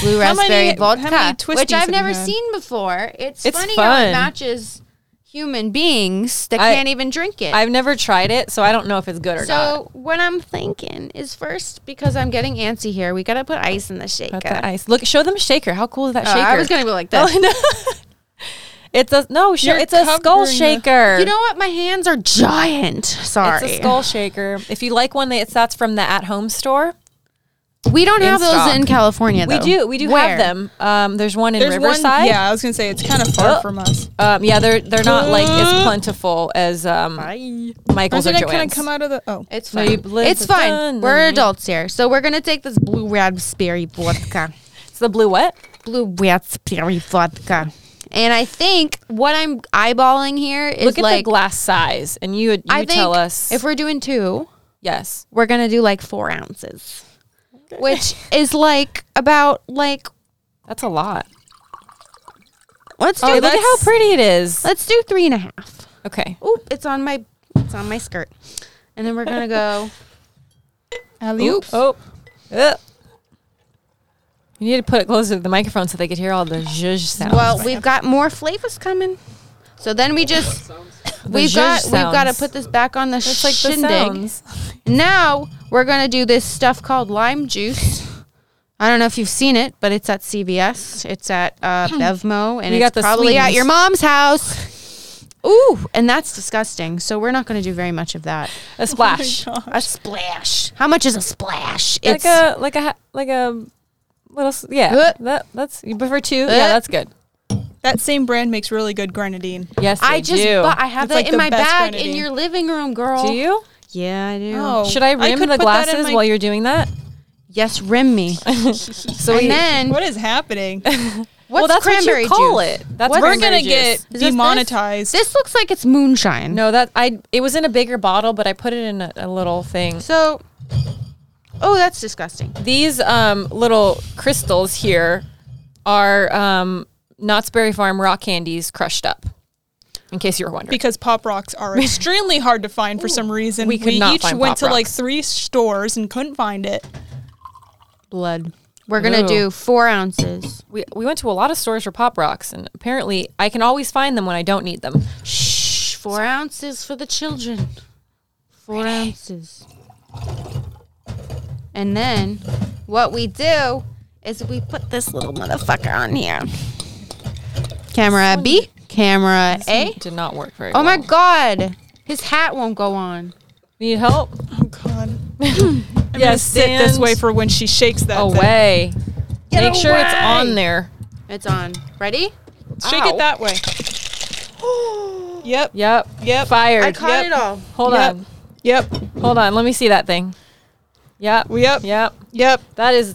Speaker 3: Blue
Speaker 2: How
Speaker 3: raspberry
Speaker 2: many- how many
Speaker 3: vodka, which
Speaker 2: twisties
Speaker 3: I've
Speaker 2: have you
Speaker 3: never
Speaker 2: had?
Speaker 3: seen before. It's,
Speaker 1: It's
Speaker 3: funny how
Speaker 1: fun.
Speaker 3: it matches human beings that
Speaker 1: I-
Speaker 3: can't even drink it.
Speaker 1: I've never tried it, so I don't know if it's good or not.
Speaker 3: so what I'm thinking is first because I'm getting antsy here. We gotta put ice in the shaker.
Speaker 1: Put the ice. Look, show them shaker. How cool is that
Speaker 3: Oh,
Speaker 1: shaker?
Speaker 3: I was gonna go like this.
Speaker 1: It's a no. Show,
Speaker 2: You're
Speaker 1: it's a skull
Speaker 2: covering the-
Speaker 1: shaker.
Speaker 3: You know what? My hands are giant. Sorry.
Speaker 1: It's a skull shaker. If you like one, that- it's that's from the at home store.
Speaker 3: We don't have those
Speaker 1: stock.
Speaker 3: in California. Though.
Speaker 1: We do. We do
Speaker 3: Oh. Where?
Speaker 1: have them. Um, there's one in Riverside.
Speaker 2: one. Yeah, I was gonna say it's kind of far
Speaker 1: Oh.
Speaker 2: from us.
Speaker 1: Um, yeah, they're they're not like as plentiful as um, Michael's or
Speaker 2: Doesn't it kind
Speaker 1: Joanne's.
Speaker 2: of come out of the? Oh,
Speaker 3: It's
Speaker 1: No,
Speaker 3: fine.
Speaker 1: you live
Speaker 3: it's
Speaker 1: with
Speaker 3: fine.
Speaker 1: them,
Speaker 3: We're
Speaker 1: then.
Speaker 3: adults here, so we're gonna take this blue raspberry vodka,
Speaker 1: it's the blue what?
Speaker 3: blue raspberry vodka, and I think what I'm eyeballing here is
Speaker 1: Look at
Speaker 3: like
Speaker 1: the glass size, and you you
Speaker 3: I think
Speaker 1: tell us
Speaker 3: if we're doing two,
Speaker 1: yes.
Speaker 3: we're gonna do like four ounces, which is like about like
Speaker 1: That's a lot.
Speaker 3: let's do
Speaker 1: Oh, look at how
Speaker 3: let's-
Speaker 1: pretty it is.
Speaker 3: Let's do three and a half.
Speaker 1: Okay,
Speaker 3: Oop! It's on my It's on my skirt. And then we're gonna go.
Speaker 1: Oop. Oh. Ugh. You need to put it closer to the microphone so they could hear all the zhuzh sounds.
Speaker 3: Well, we've got more flavors coming. So then we just we've
Speaker 1: zhuzh
Speaker 3: got we've got to
Speaker 1: sounds.
Speaker 3: put this back on the
Speaker 1: it's like the
Speaker 3: shindig. Oh
Speaker 1: sounds.
Speaker 3: Now we're gonna do this stuff called lime juice. I don't know if you've seen it, but it's at CVS. It's at uh, Bevmo, and
Speaker 1: You
Speaker 3: it's
Speaker 1: Hmm. got the
Speaker 3: probably at
Speaker 1: sleeves.
Speaker 3: your mom's house. Ooh, and that's disgusting. So we're not going to do very much of that.
Speaker 1: A splash.
Speaker 3: A splash. How much is a splash?
Speaker 1: like a like a ha- like a little s- yeah.
Speaker 3: Uh.
Speaker 1: that that's you prefer two.
Speaker 3: Uh.
Speaker 1: yeah, that's good.
Speaker 2: That same brand makes really good grenadine.
Speaker 1: Yes,
Speaker 3: I
Speaker 1: they
Speaker 3: just
Speaker 1: do.
Speaker 3: but I have
Speaker 2: It's
Speaker 3: that
Speaker 2: like
Speaker 3: in
Speaker 2: the
Speaker 3: my
Speaker 2: best
Speaker 3: bag in
Speaker 2: grenadine.
Speaker 3: your living room, girl.
Speaker 1: do you?
Speaker 3: Yeah, I do.
Speaker 2: Oh.
Speaker 1: Should I
Speaker 2: I
Speaker 1: rim
Speaker 2: could
Speaker 1: the
Speaker 2: put that in
Speaker 1: glasses
Speaker 2: my-
Speaker 1: while you're doing that?
Speaker 3: Yes, rim me.
Speaker 1: So
Speaker 3: and
Speaker 1: we-
Speaker 3: then
Speaker 2: What is happening?
Speaker 3: what's
Speaker 1: well, that's
Speaker 3: cranberry
Speaker 1: what you call
Speaker 3: juice?
Speaker 1: it. That's
Speaker 3: What's-
Speaker 2: We're
Speaker 1: cranberry
Speaker 2: gonna
Speaker 1: juice.
Speaker 2: get
Speaker 3: this this?
Speaker 2: demonetized.
Speaker 3: This looks like it's moonshine.
Speaker 1: no that I. It was in a bigger bottle, but I put it in a, a little thing.
Speaker 3: So, oh, that's disgusting.
Speaker 1: These um, little crystals here are um, Knott's Berry Farm rock candies crushed up. In case you were wondering,
Speaker 2: because pop rocks are extremely hard to find for some reason.
Speaker 1: We could not
Speaker 2: each
Speaker 1: find
Speaker 2: went
Speaker 1: Pop
Speaker 2: to like
Speaker 1: Rocks.
Speaker 2: three stores and couldn't find it.
Speaker 3: Blood. We're gonna
Speaker 1: Ew.
Speaker 3: do four ounces.
Speaker 1: we, we went to a lot of stores for pop rocks, and apparently I can always find them when I don't need them.
Speaker 3: Shh. Four ounces for the children. Four ounces. And then, what we do is we put this little motherfucker on here. Camera B. Camera
Speaker 2: Eh?
Speaker 3: A.
Speaker 1: Did not work very.
Speaker 3: Oh my
Speaker 1: well.
Speaker 3: God. His hat won't go on.
Speaker 1: Need help?
Speaker 2: Oh God. I'm
Speaker 1: Yeah,
Speaker 2: gonna sit this
Speaker 1: stand
Speaker 2: way for when she shakes
Speaker 1: Oh,
Speaker 2: that. thing.
Speaker 1: Away. Make sure it's
Speaker 3: away.
Speaker 1: on there.
Speaker 3: It's on. Ready?
Speaker 2: Shake
Speaker 1: Ow.
Speaker 2: it that way. yep.
Speaker 1: Yep.
Speaker 2: Yep.
Speaker 1: Fired.
Speaker 3: I caught
Speaker 2: Yep.
Speaker 3: it all.
Speaker 1: Hold
Speaker 2: Yep.
Speaker 1: on.
Speaker 2: Yep.
Speaker 1: Hold on. Let me see that thing. Yep.
Speaker 2: Yep.
Speaker 1: Yep.
Speaker 2: Yep.
Speaker 1: That is.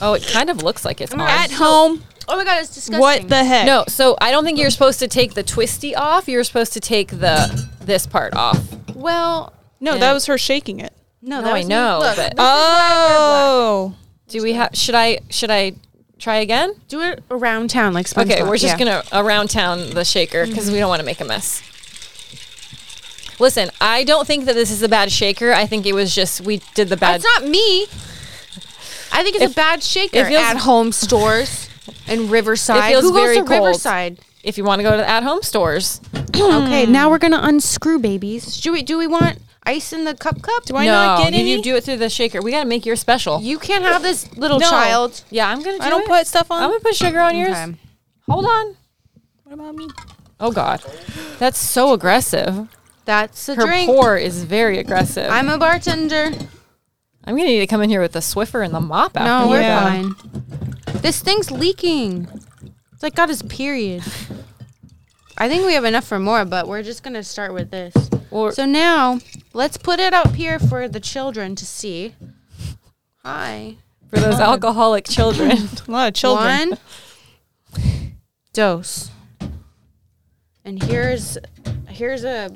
Speaker 1: Oh, it kind of looks like it's on.
Speaker 2: At home.
Speaker 3: Oh my God, it's disgusting.
Speaker 2: What the heck?
Speaker 1: No, so I don't think you're supposed to take the twisty off. You're supposed to take the this part off.
Speaker 3: Well,
Speaker 2: No,
Speaker 1: Yeah.
Speaker 2: that was her shaking it.
Speaker 3: no,
Speaker 1: No,
Speaker 3: that
Speaker 1: I
Speaker 3: was Oh, me.
Speaker 1: know,
Speaker 3: Look,
Speaker 1: but- Oh!
Speaker 3: this is why I wear black.
Speaker 2: Oh.
Speaker 1: Do we have? Should I? Should I try again?
Speaker 3: Do it around town, like SpongeBob.
Speaker 1: Okay, we're just gonna around town the shaker because we don't want to make a mess. Listen, I don't think that this is a bad shaker. I think it was just we did the bad.
Speaker 3: That's not me. I think it's a bad shaker
Speaker 1: it feels-
Speaker 3: at home stores and Riverside.
Speaker 1: It feels
Speaker 3: Who goes
Speaker 1: very
Speaker 3: to
Speaker 1: cold.
Speaker 3: Riverside?
Speaker 1: if you want to go to the at home stores,
Speaker 3: okay, now we're gonna unscrew babies. Do we? Do we want ice in the cup cup?
Speaker 2: Do I not
Speaker 1: No,
Speaker 2: get
Speaker 1: you-
Speaker 2: any?
Speaker 1: You do it through the shaker. We got to make your special.
Speaker 3: You can't have this little
Speaker 2: No.
Speaker 3: child.
Speaker 1: yeah, I'm gonna. Do
Speaker 2: I don't
Speaker 1: it.
Speaker 2: put stuff on.
Speaker 1: I'm gonna put sugar on yours.
Speaker 3: Okay.
Speaker 1: Hold on.
Speaker 2: what about me?
Speaker 1: Oh God, that's so aggressive.
Speaker 3: That's a
Speaker 1: Her
Speaker 3: drink.
Speaker 1: pour is very aggressive. I'm,
Speaker 3: I'm a bartender.
Speaker 1: gonna need to come in here with the Swiffer and the mop
Speaker 3: No,
Speaker 1: after
Speaker 3: we're
Speaker 2: Yeah.
Speaker 3: fine. This thing's leaking. It's like got his period. I think we have enough for more, but we're just gonna start with this.
Speaker 1: Or-
Speaker 3: So now let's put it up here for the children to see. Hi.
Speaker 1: for those alcoholic children.
Speaker 2: A lot of children.
Speaker 3: One dose. And here's here's a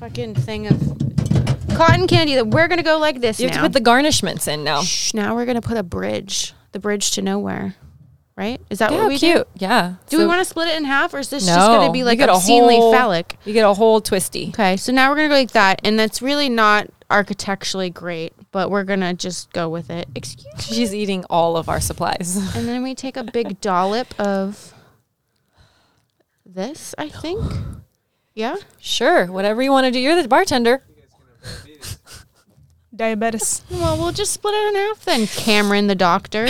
Speaker 3: fucking thing of cotton candy that we're gonna go like this
Speaker 1: you have
Speaker 3: now.
Speaker 1: to put the garnishments in now.
Speaker 3: Shh, now we're gonna put a bridge, the bridge to nowhere, right? Is that
Speaker 1: Yeah,
Speaker 3: what we do?
Speaker 1: cute. Yeah.
Speaker 3: Do we want to split it in half, or is this just
Speaker 1: No.
Speaker 3: gonna be
Speaker 1: You
Speaker 3: like
Speaker 1: get a
Speaker 3: obscenely
Speaker 1: whole-
Speaker 3: phallic?
Speaker 1: You get a whole twisty.
Speaker 3: Okay, so now we're gonna go like that, and that's really not architecturally great, but we're gonna just go with it. Excuse.
Speaker 1: She's eating all of our supplies.
Speaker 3: And then we take a big dollop of this, I think. Yeah.
Speaker 1: Sure, whatever you want to do. You're the bartender.
Speaker 2: Diabetes.
Speaker 3: Well, we'll just split it in half then, Cameron the doctor.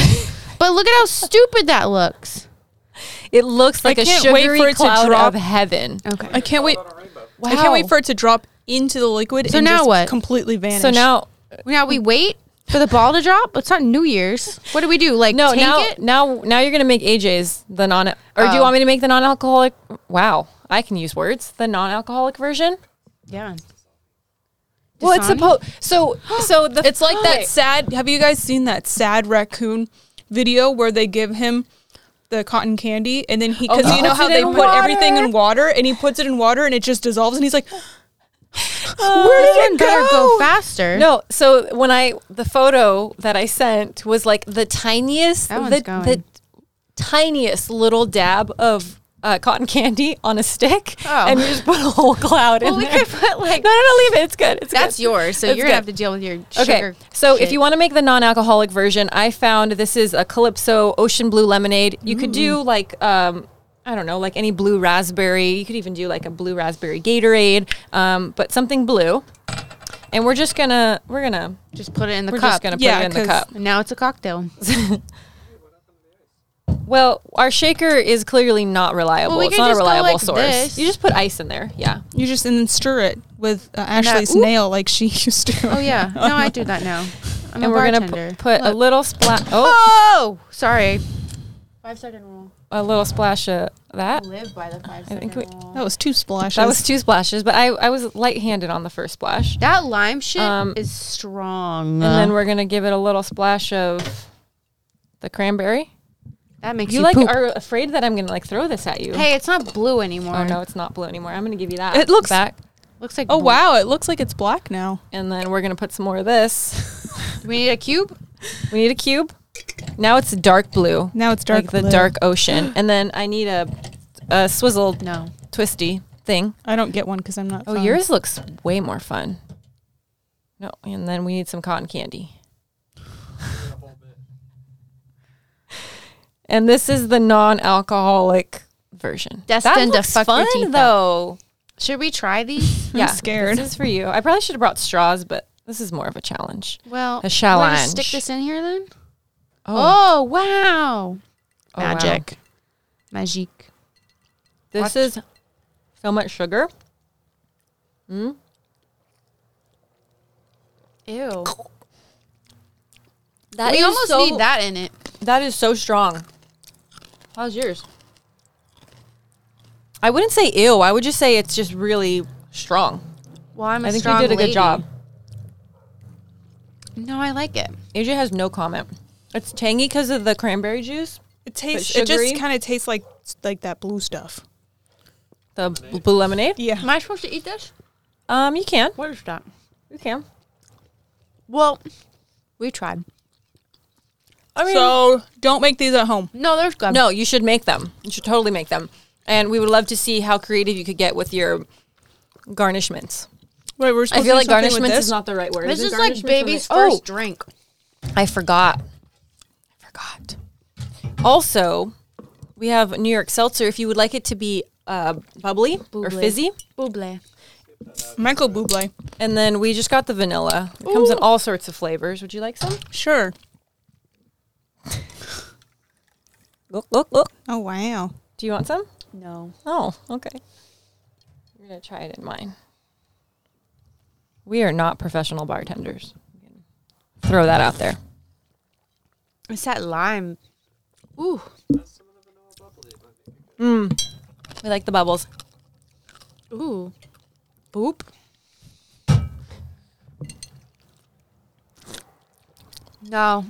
Speaker 3: but look at how stupid that looks.
Speaker 1: It looks like a
Speaker 2: can't wait
Speaker 1: sugary
Speaker 2: for it to
Speaker 1: cloud
Speaker 2: drop.
Speaker 1: of heaven.
Speaker 3: Okay.
Speaker 2: I can't wait. I can't wait for it to drop into the liquid
Speaker 3: So
Speaker 2: and
Speaker 3: now
Speaker 2: just
Speaker 3: what?
Speaker 2: completely vanish.
Speaker 1: So now,
Speaker 3: Now we wait for the ball to drop. It's not New Year's. What do we do? Like
Speaker 1: no,
Speaker 3: tank
Speaker 1: now,
Speaker 3: it?
Speaker 1: now, now you're gonna make AJ's the non. Or do
Speaker 3: Oh.
Speaker 1: you want me to make the non-alcoholic? Wow, I can use words. The non-alcoholic version.
Speaker 3: Yeah.
Speaker 1: Well, it's
Speaker 3: Dasani?
Speaker 1: supposed so so the
Speaker 2: it's like that sad. Have you guys seen that sad raccoon video where they give him the cotton candy and then he because
Speaker 1: he
Speaker 2: you know
Speaker 1: puts
Speaker 2: how
Speaker 1: it
Speaker 2: they
Speaker 1: in
Speaker 2: put everything in water and he puts it in water and it just dissolves and he's like,
Speaker 3: Where
Speaker 2: did it
Speaker 3: better go
Speaker 2: go?
Speaker 3: faster.
Speaker 1: No, so when I the photo that I sent was like the tiniest
Speaker 3: That one's
Speaker 1: the,
Speaker 3: going.
Speaker 1: the tiniest little dab of uh, cotton candy on a stick,
Speaker 3: Oh.
Speaker 1: and you just put a whole cloud in
Speaker 3: Well, we
Speaker 1: there.
Speaker 3: could put like
Speaker 1: no, no, no, leave it. It's good. It's
Speaker 3: that's
Speaker 1: good.
Speaker 3: yours, so
Speaker 1: It's
Speaker 3: you're gonna
Speaker 1: good.
Speaker 3: have to deal with your
Speaker 1: Okay,
Speaker 3: sugar.
Speaker 1: so if
Speaker 3: shit.
Speaker 1: you want to make the non-alcoholic version, I found this is a Calypso Ocean Blue Lemonade. You could do
Speaker 3: Mm.
Speaker 1: like um, I don't know, like any blue raspberry. You could even do like a blue raspberry Gatorade, um, but something blue. And we're just gonna we're gonna
Speaker 3: just put it in the
Speaker 1: we're
Speaker 3: cup.
Speaker 1: just gonna put
Speaker 2: Yeah,
Speaker 1: it in the
Speaker 2: 'cause-
Speaker 1: cup.
Speaker 3: And now it's a cocktail.
Speaker 1: Well, our shaker is clearly not reliable.
Speaker 3: Well, we
Speaker 1: it's
Speaker 3: could
Speaker 1: not a
Speaker 3: just go
Speaker 1: reliable
Speaker 3: like
Speaker 1: source.
Speaker 3: this.
Speaker 1: You just put ice in there. Yeah.
Speaker 2: You just and then stir it with uh, Ashley's
Speaker 3: ooh.
Speaker 2: nail like she used to.
Speaker 3: Oh yeah, no, I do that now. I'm
Speaker 1: and
Speaker 3: a
Speaker 1: we're
Speaker 3: bartender.
Speaker 1: gonna pu- put a
Speaker 3: Look.
Speaker 1: little splash. Oh,
Speaker 3: Oh, sorry. Five second rule.
Speaker 1: a little splash of that.
Speaker 3: Live by the five
Speaker 1: think
Speaker 3: second
Speaker 1: we-
Speaker 2: That was two splashes.
Speaker 1: That was two splashes, but I, I was light-handed on the first splash.
Speaker 3: That lime shit
Speaker 1: Um,
Speaker 3: is strong.
Speaker 1: And
Speaker 2: Uh-huh.
Speaker 1: then we're gonna give it a little splash of the cranberry.
Speaker 3: that makes
Speaker 1: You
Speaker 3: you,
Speaker 1: like
Speaker 3: poop.
Speaker 1: are afraid that I'm gonna like throw this at you.
Speaker 3: hey, it's not blue anymore.
Speaker 1: Oh no, it's not blue anymore. I'm gonna give you that.
Speaker 2: It looks-
Speaker 1: back.
Speaker 3: Looks like
Speaker 2: Oh
Speaker 3: blue.
Speaker 2: wow, it looks like it's black now.
Speaker 1: And then we're gonna put some more of this.
Speaker 3: Do we need a cube?
Speaker 1: We need a cube. Now it's dark blue.
Speaker 2: Now it's dark
Speaker 1: Like the
Speaker 2: blue.
Speaker 1: dark ocean. And then I need a a swizzled
Speaker 3: No.
Speaker 1: twisty thing.
Speaker 2: I don't get one because I'm not.
Speaker 1: Oh,
Speaker 2: fun.
Speaker 1: yours looks way more fun. No, and then we need some cotton candy. and this is the non-alcoholic version.
Speaker 3: Destined to
Speaker 1: looks
Speaker 3: fuck your
Speaker 1: fun
Speaker 3: teeth up.
Speaker 1: though.
Speaker 3: Should we try these?
Speaker 1: yeah,
Speaker 2: scared.
Speaker 1: This is for you. I probably should have brought straws, but this is more of a challenge.
Speaker 3: Well,
Speaker 1: A
Speaker 3: shall I
Speaker 1: challenge.
Speaker 3: stick this in here then? Oh, wow.
Speaker 1: oh, wow.
Speaker 3: Magic. Magic.
Speaker 1: This is so much sugar.
Speaker 3: Ew.
Speaker 1: That
Speaker 3: we
Speaker 1: is
Speaker 3: almost
Speaker 1: so-
Speaker 3: need that in it.
Speaker 1: That is so strong. How's yours? I wouldn't say ew. I would just say it's just really strong.
Speaker 3: Well, I'm a
Speaker 1: I think you
Speaker 3: strong
Speaker 1: did a good
Speaker 3: lady.
Speaker 1: job.
Speaker 3: No, I like it.
Speaker 1: AJ has no comment. It's tangy because of the cranberry juice,
Speaker 2: It tastes.
Speaker 1: But
Speaker 2: It just
Speaker 1: sugary?
Speaker 2: kind of tastes like like that blue stuff.
Speaker 1: the bl- blue lemonade.
Speaker 2: Yeah.
Speaker 3: Am I supposed to eat this?
Speaker 1: Um, you can,
Speaker 3: What is that?
Speaker 1: you can.
Speaker 3: Well, we tried.
Speaker 1: I mean,
Speaker 2: So don't make these at home.
Speaker 3: No, there's good.
Speaker 1: no, you should make them. You should totally make them, and we would love to see how creative you could get with your garnishments.
Speaker 2: Wait, we're
Speaker 1: I
Speaker 2: supposed
Speaker 1: feel
Speaker 2: to
Speaker 1: like
Speaker 2: do something with
Speaker 1: garnishments
Speaker 2: this?
Speaker 1: is not the right word.
Speaker 3: This
Speaker 1: it
Speaker 3: is like
Speaker 1: garnishments when
Speaker 3: baby's
Speaker 1: they-
Speaker 3: first
Speaker 1: Oh,
Speaker 3: drink.
Speaker 1: I forgot. I forgot. Also, we have New York Seltzer. If you would like it to be uh, bubbly or
Speaker 3: Bubbly.
Speaker 1: fizzy,
Speaker 3: Buble.
Speaker 2: Michael Bublé.
Speaker 1: and then we just got the vanilla. It comes in all sorts of flavors. Would you like some?
Speaker 2: Sure.
Speaker 1: Look, look, look.
Speaker 2: Oh wow.
Speaker 1: Do you want some?
Speaker 3: No.
Speaker 1: Oh, okay. You're gonna try it in mine. We are not professional bartenders. Throw that out there.
Speaker 3: It's that lime. Ooh.
Speaker 1: We like the bubbles.
Speaker 3: Ooh. Boop. No.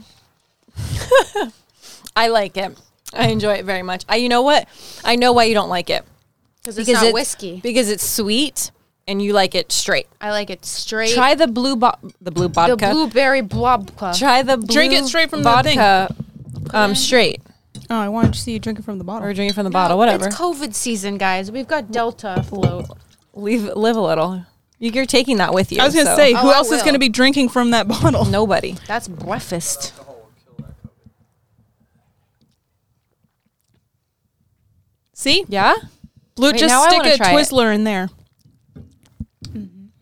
Speaker 1: I like it. I enjoy it very much. I, you know what? I know why you don't like it.
Speaker 3: Because it's not whiskey.
Speaker 1: Because it's sweet and you like it straight.
Speaker 3: I like it straight.
Speaker 1: Try the blue bo- the blue
Speaker 3: the
Speaker 1: vodka.
Speaker 3: blueberry blobka.
Speaker 1: Try the blue
Speaker 2: Drink it straight from the thing.
Speaker 1: vodka, um, straight
Speaker 2: Oh, I wanted to see you drinking from the bottle.
Speaker 1: or drink it from the bottle, whatever.
Speaker 3: It's COVID season, guys. We've got Delta float.
Speaker 1: Leave live a little. You- You're taking that with you.
Speaker 2: I was gonna
Speaker 1: so-
Speaker 2: say,
Speaker 3: Oh,
Speaker 2: who
Speaker 3: I
Speaker 2: else is
Speaker 3: will.
Speaker 2: gonna be drinking from that bottle?
Speaker 1: nobody.
Speaker 3: That's breakfast.
Speaker 2: See,
Speaker 1: Yeah.
Speaker 2: Blue,
Speaker 1: Wait, now I
Speaker 2: just stick
Speaker 1: wanna
Speaker 2: a
Speaker 1: try it.
Speaker 2: Twizzler in there.
Speaker 1: I'm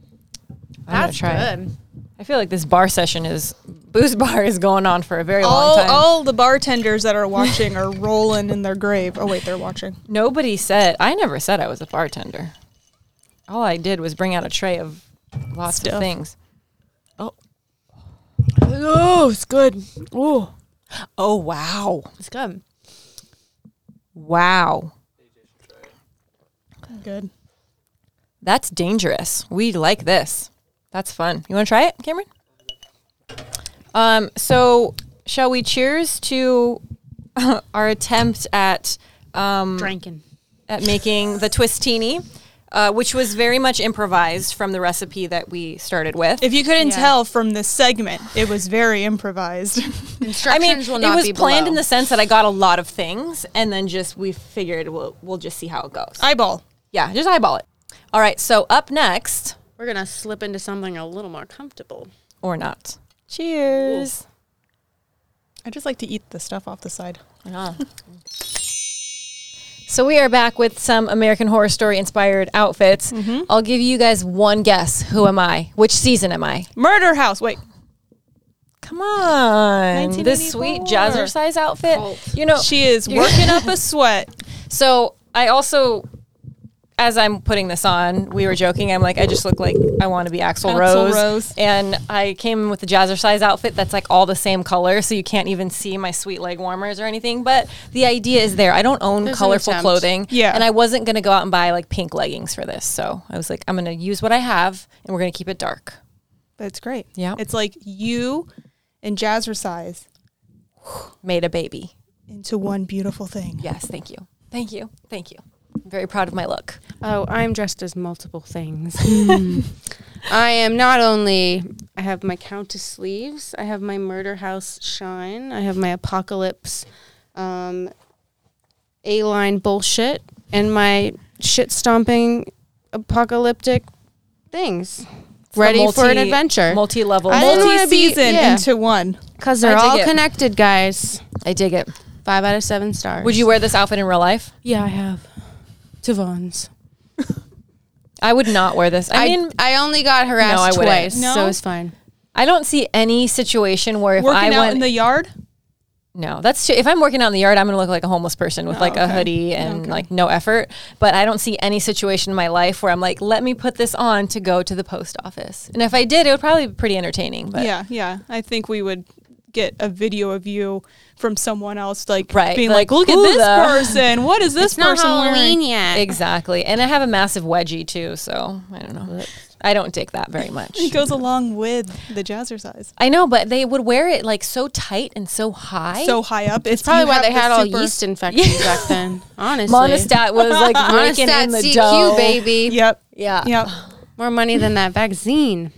Speaker 1: gonna
Speaker 3: That's
Speaker 1: try it.
Speaker 3: good.
Speaker 1: I feel like this bar session is booze bar is going on for a very long
Speaker 2: All,
Speaker 1: time.
Speaker 2: all the bartenders that are watching are rolling in their grave. Oh wait, they're watching.
Speaker 1: Nobody said I never said I was a bartender. All I did was bring out a tray of lots of
Speaker 2: Stuff.
Speaker 1: things.
Speaker 3: Oh, it's good. Oh,
Speaker 1: Oh wow.
Speaker 3: it's good.
Speaker 1: Wow.
Speaker 2: Good.
Speaker 1: That's dangerous. We like this. That's fun. You want to try it, Cameron? Um, so shall we cheers to our attempt at um,
Speaker 3: Drinking.
Speaker 1: at making the twistini? uh, which was very much improvised from the recipe that we started with.
Speaker 2: If you couldn't
Speaker 3: Yeah.
Speaker 2: tell from this segment, it was very improvised.
Speaker 1: I mean,
Speaker 3: Instructions will
Speaker 1: it
Speaker 3: not
Speaker 1: was
Speaker 3: be
Speaker 1: planned
Speaker 3: below.
Speaker 1: in the sense that I got a lot of things, and then just we figured we'll we'll just see how it goes.
Speaker 2: Eyeball.
Speaker 1: yeah, just eyeball it. All right. So up next,
Speaker 3: We're gonna slip into something a little more comfortable.
Speaker 1: or not. Cheers.
Speaker 2: I just like to eat the stuff off the side.
Speaker 1: Yeah. So we are back with some American Horror Story inspired outfits.
Speaker 3: Mm-hmm.
Speaker 1: I'll give you guys one guess. Who am I? Which season am I?
Speaker 2: Murder House. Wait.
Speaker 1: Come on, this
Speaker 2: 1984.
Speaker 1: sweet jazzercise outfit. You know,
Speaker 2: She is
Speaker 1: You're-
Speaker 2: working up a sweat.
Speaker 1: So I also, as I'm putting this on, we were joking. I'm like, I just look like I want to be Axl,
Speaker 2: Axl
Speaker 1: Rose.
Speaker 2: Rose.
Speaker 1: And I came in with the jazzercise outfit that's like all the same color, so you can't even see my sweet leg warmers or anything. But the idea is there. I don't own
Speaker 3: There's an
Speaker 1: colorful
Speaker 3: attempt.
Speaker 1: clothing.
Speaker 2: Yeah.
Speaker 1: And I wasn't gonna go out and buy like pink leggings for this, so I was like, I'm gonna use what I have, and we're gonna keep it dark.
Speaker 2: That's great.
Speaker 1: Yeah.
Speaker 2: It's like you and jazzercise
Speaker 1: Made a baby.
Speaker 2: into one beautiful thing.
Speaker 1: Yes, thank you, thank you, thank you. I'm very proud of my look.
Speaker 3: Oh, I'm dressed as multiple things.
Speaker 1: Hmm.
Speaker 3: I am not only I have my countess sleeves, I have my murder house shine, I have my apocalypse um A line bullshit and my shit stomping apocalyptic things. Ready
Speaker 1: A
Speaker 3: for an
Speaker 1: multi-
Speaker 3: adventure.
Speaker 1: Multi-level.
Speaker 3: I didn't wanna be-
Speaker 2: Multi-season
Speaker 3: yeah.
Speaker 2: into one.
Speaker 3: Because they're
Speaker 1: I dig
Speaker 3: all
Speaker 1: it.
Speaker 3: connected, guys.
Speaker 1: I dig it.
Speaker 3: Five out of seven stars.
Speaker 1: Would you wear this outfit in real life?
Speaker 3: Yeah, I have. To Vaughn's.
Speaker 1: I would not wear this. I,
Speaker 3: I,
Speaker 1: mean,
Speaker 3: I only got harassed
Speaker 1: I wouldn't.
Speaker 3: twice,
Speaker 2: No?
Speaker 3: so it's fine.
Speaker 1: I don't see any situation where if I
Speaker 2: Working out
Speaker 1: went,
Speaker 2: in the yard.
Speaker 1: no, that's too, if I'm working out in the yard, I'm gonna look like a homeless person with like a
Speaker 2: Oh, okay.
Speaker 1: hoodie and like no effort. But I don't see any situation in my life where I'm like, let me put this on to go to the post office. And if I did, it would probably be pretty entertaining. But
Speaker 2: Yeah, yeah. I think we would get a video of you from someone else, like
Speaker 1: Right,
Speaker 2: being
Speaker 1: like,
Speaker 2: like, "Look at
Speaker 1: who
Speaker 2: this
Speaker 1: the-
Speaker 2: person. What is this
Speaker 3: It's not
Speaker 2: person
Speaker 3: Halloween
Speaker 2: wearing?"
Speaker 3: yet.
Speaker 1: exactly. And I have a massive wedgie too, so I don't know. I don't dig that very much.
Speaker 2: It goes along with the jazzercise.
Speaker 1: I know, but they would wear it like so tight and so high.
Speaker 2: So high up, it's
Speaker 3: Probably
Speaker 2: you
Speaker 3: why
Speaker 2: have
Speaker 3: they
Speaker 2: the
Speaker 3: had all
Speaker 2: super-
Speaker 3: yeast infections back then. Honestly,
Speaker 1: Monistat was like raking
Speaker 3: Monistat
Speaker 1: in the
Speaker 3: CQ
Speaker 1: dough.
Speaker 3: baby.
Speaker 2: Yep.
Speaker 1: Yeah.
Speaker 2: Yep.
Speaker 3: More money than that vaccine.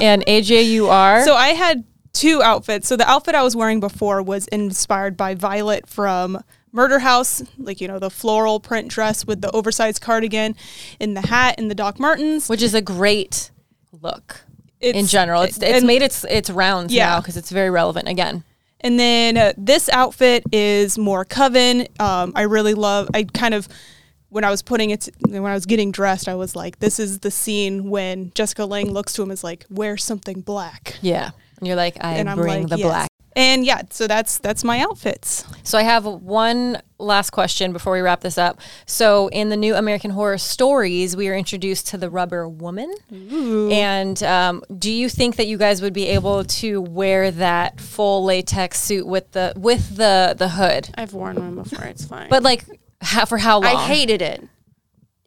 Speaker 1: And AJ, you are.
Speaker 2: So I had two outfits. So the outfit I was wearing before was inspired by Violet from Murder House, like you know the floral print dress with the oversized cardigan, and the hat, and the Doc Martens.
Speaker 1: which is a great look in
Speaker 2: It's-
Speaker 1: general. It's it's
Speaker 2: and-
Speaker 1: made its its rounds
Speaker 2: Yeah.
Speaker 1: now because it's very relevant again.
Speaker 2: And then uh, this outfit is more coven. Um, I really love. I kind of when I was putting it when I was getting dressed, I was like, this is the scene when Jessica Lang looks to him as like, wear something black.
Speaker 1: Yeah, and you're like, I
Speaker 2: And I'm
Speaker 1: bring
Speaker 2: like,
Speaker 1: the
Speaker 2: "Yes."
Speaker 1: black.
Speaker 2: And yeah, so that's that's my outfits.
Speaker 1: So I have one last question before we wrap this up. So in the new American Horror Stories, we are introduced to the Rubber Woman, and um, do you think that you guys would be able to wear that full latex suit with the with the the hood?
Speaker 3: I've worn one before. It's fine.
Speaker 1: But like, how, for how long?
Speaker 3: I hated it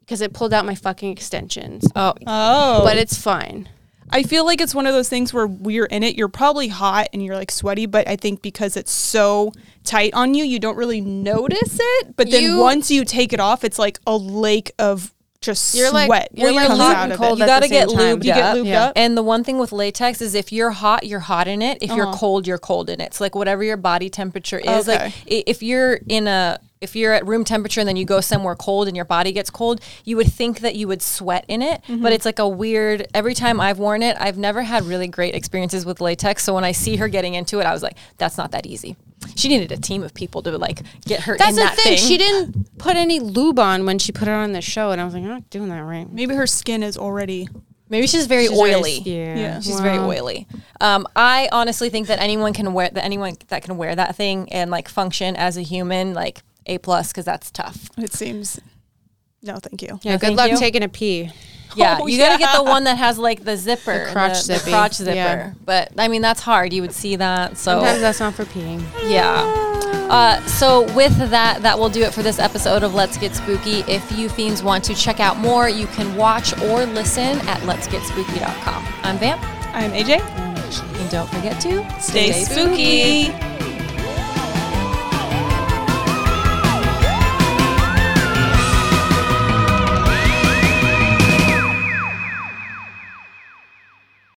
Speaker 3: because it pulled out my fucking extensions.
Speaker 1: Oh,
Speaker 2: Oh,
Speaker 3: But it's fine.
Speaker 2: I feel like it's one of those things where we're in it. You're probably hot and you're like sweaty, but I think because it's so tight on you, you don't really notice it. But then
Speaker 3: You-
Speaker 2: once you take it off, it's like a lake of just
Speaker 3: You're
Speaker 2: sweat
Speaker 3: like- well, you're
Speaker 2: comes
Speaker 3: hot
Speaker 2: out
Speaker 3: and
Speaker 2: of it.
Speaker 3: cold
Speaker 1: you
Speaker 3: at
Speaker 1: gotta
Speaker 3: the same
Speaker 1: get
Speaker 3: time.
Speaker 1: lubed
Speaker 2: You get
Speaker 1: up.
Speaker 2: lubed Yeah. up.
Speaker 1: And the one thing with latex is if you're hot, you're hot in it. If you're cold, you're cold in it. So like whatever your body temperature is, like
Speaker 2: Okay.
Speaker 1: i- if you're in a if you're at room temperature and then you go somewhere cold and your body gets cold, you would think that you would sweat in it, but it's like a weird. Every time I've worn it, I've never had really great experiences with latex. So when I see her getting into it, I was like, that's not that easy. She needed a team of people to like get her.
Speaker 3: That's
Speaker 1: in
Speaker 3: the
Speaker 1: that thing.
Speaker 3: thing. She didn't put any lube on when she put it on the show, and I was like, I'm not doing that right.
Speaker 2: Maybe her skin is already.
Speaker 1: Maybe she's very
Speaker 3: She's very-
Speaker 1: oily.
Speaker 3: yeah.
Speaker 2: Yeah.
Speaker 1: She's very oily. Um, I honestly think that anyone can wear that anyone that can wear that thing and like function as a human like a plus because that's tough.
Speaker 2: It seems. No, thank you.
Speaker 3: Yeah, good
Speaker 1: thank
Speaker 3: luck
Speaker 1: you.
Speaker 3: taking a pee.
Speaker 1: Yeah,
Speaker 2: Oh,
Speaker 1: you gotta get the one that has like the zipper, and
Speaker 3: crotch
Speaker 1: the, the
Speaker 3: zippy.
Speaker 1: crotch zipper.
Speaker 3: Yeah.
Speaker 1: But I mean that's hard. You would see that. So
Speaker 3: Sometimes that's not for peeing.
Speaker 1: yeah. Uh, so with that, that will do it for this episode of Let's Get Spooky. If you fiends want to check out more, you can watch or listen at letsgetspooky.com. I'm Vamp,
Speaker 2: I'm AJ.
Speaker 1: and don't forget to
Speaker 2: Stay, spooky.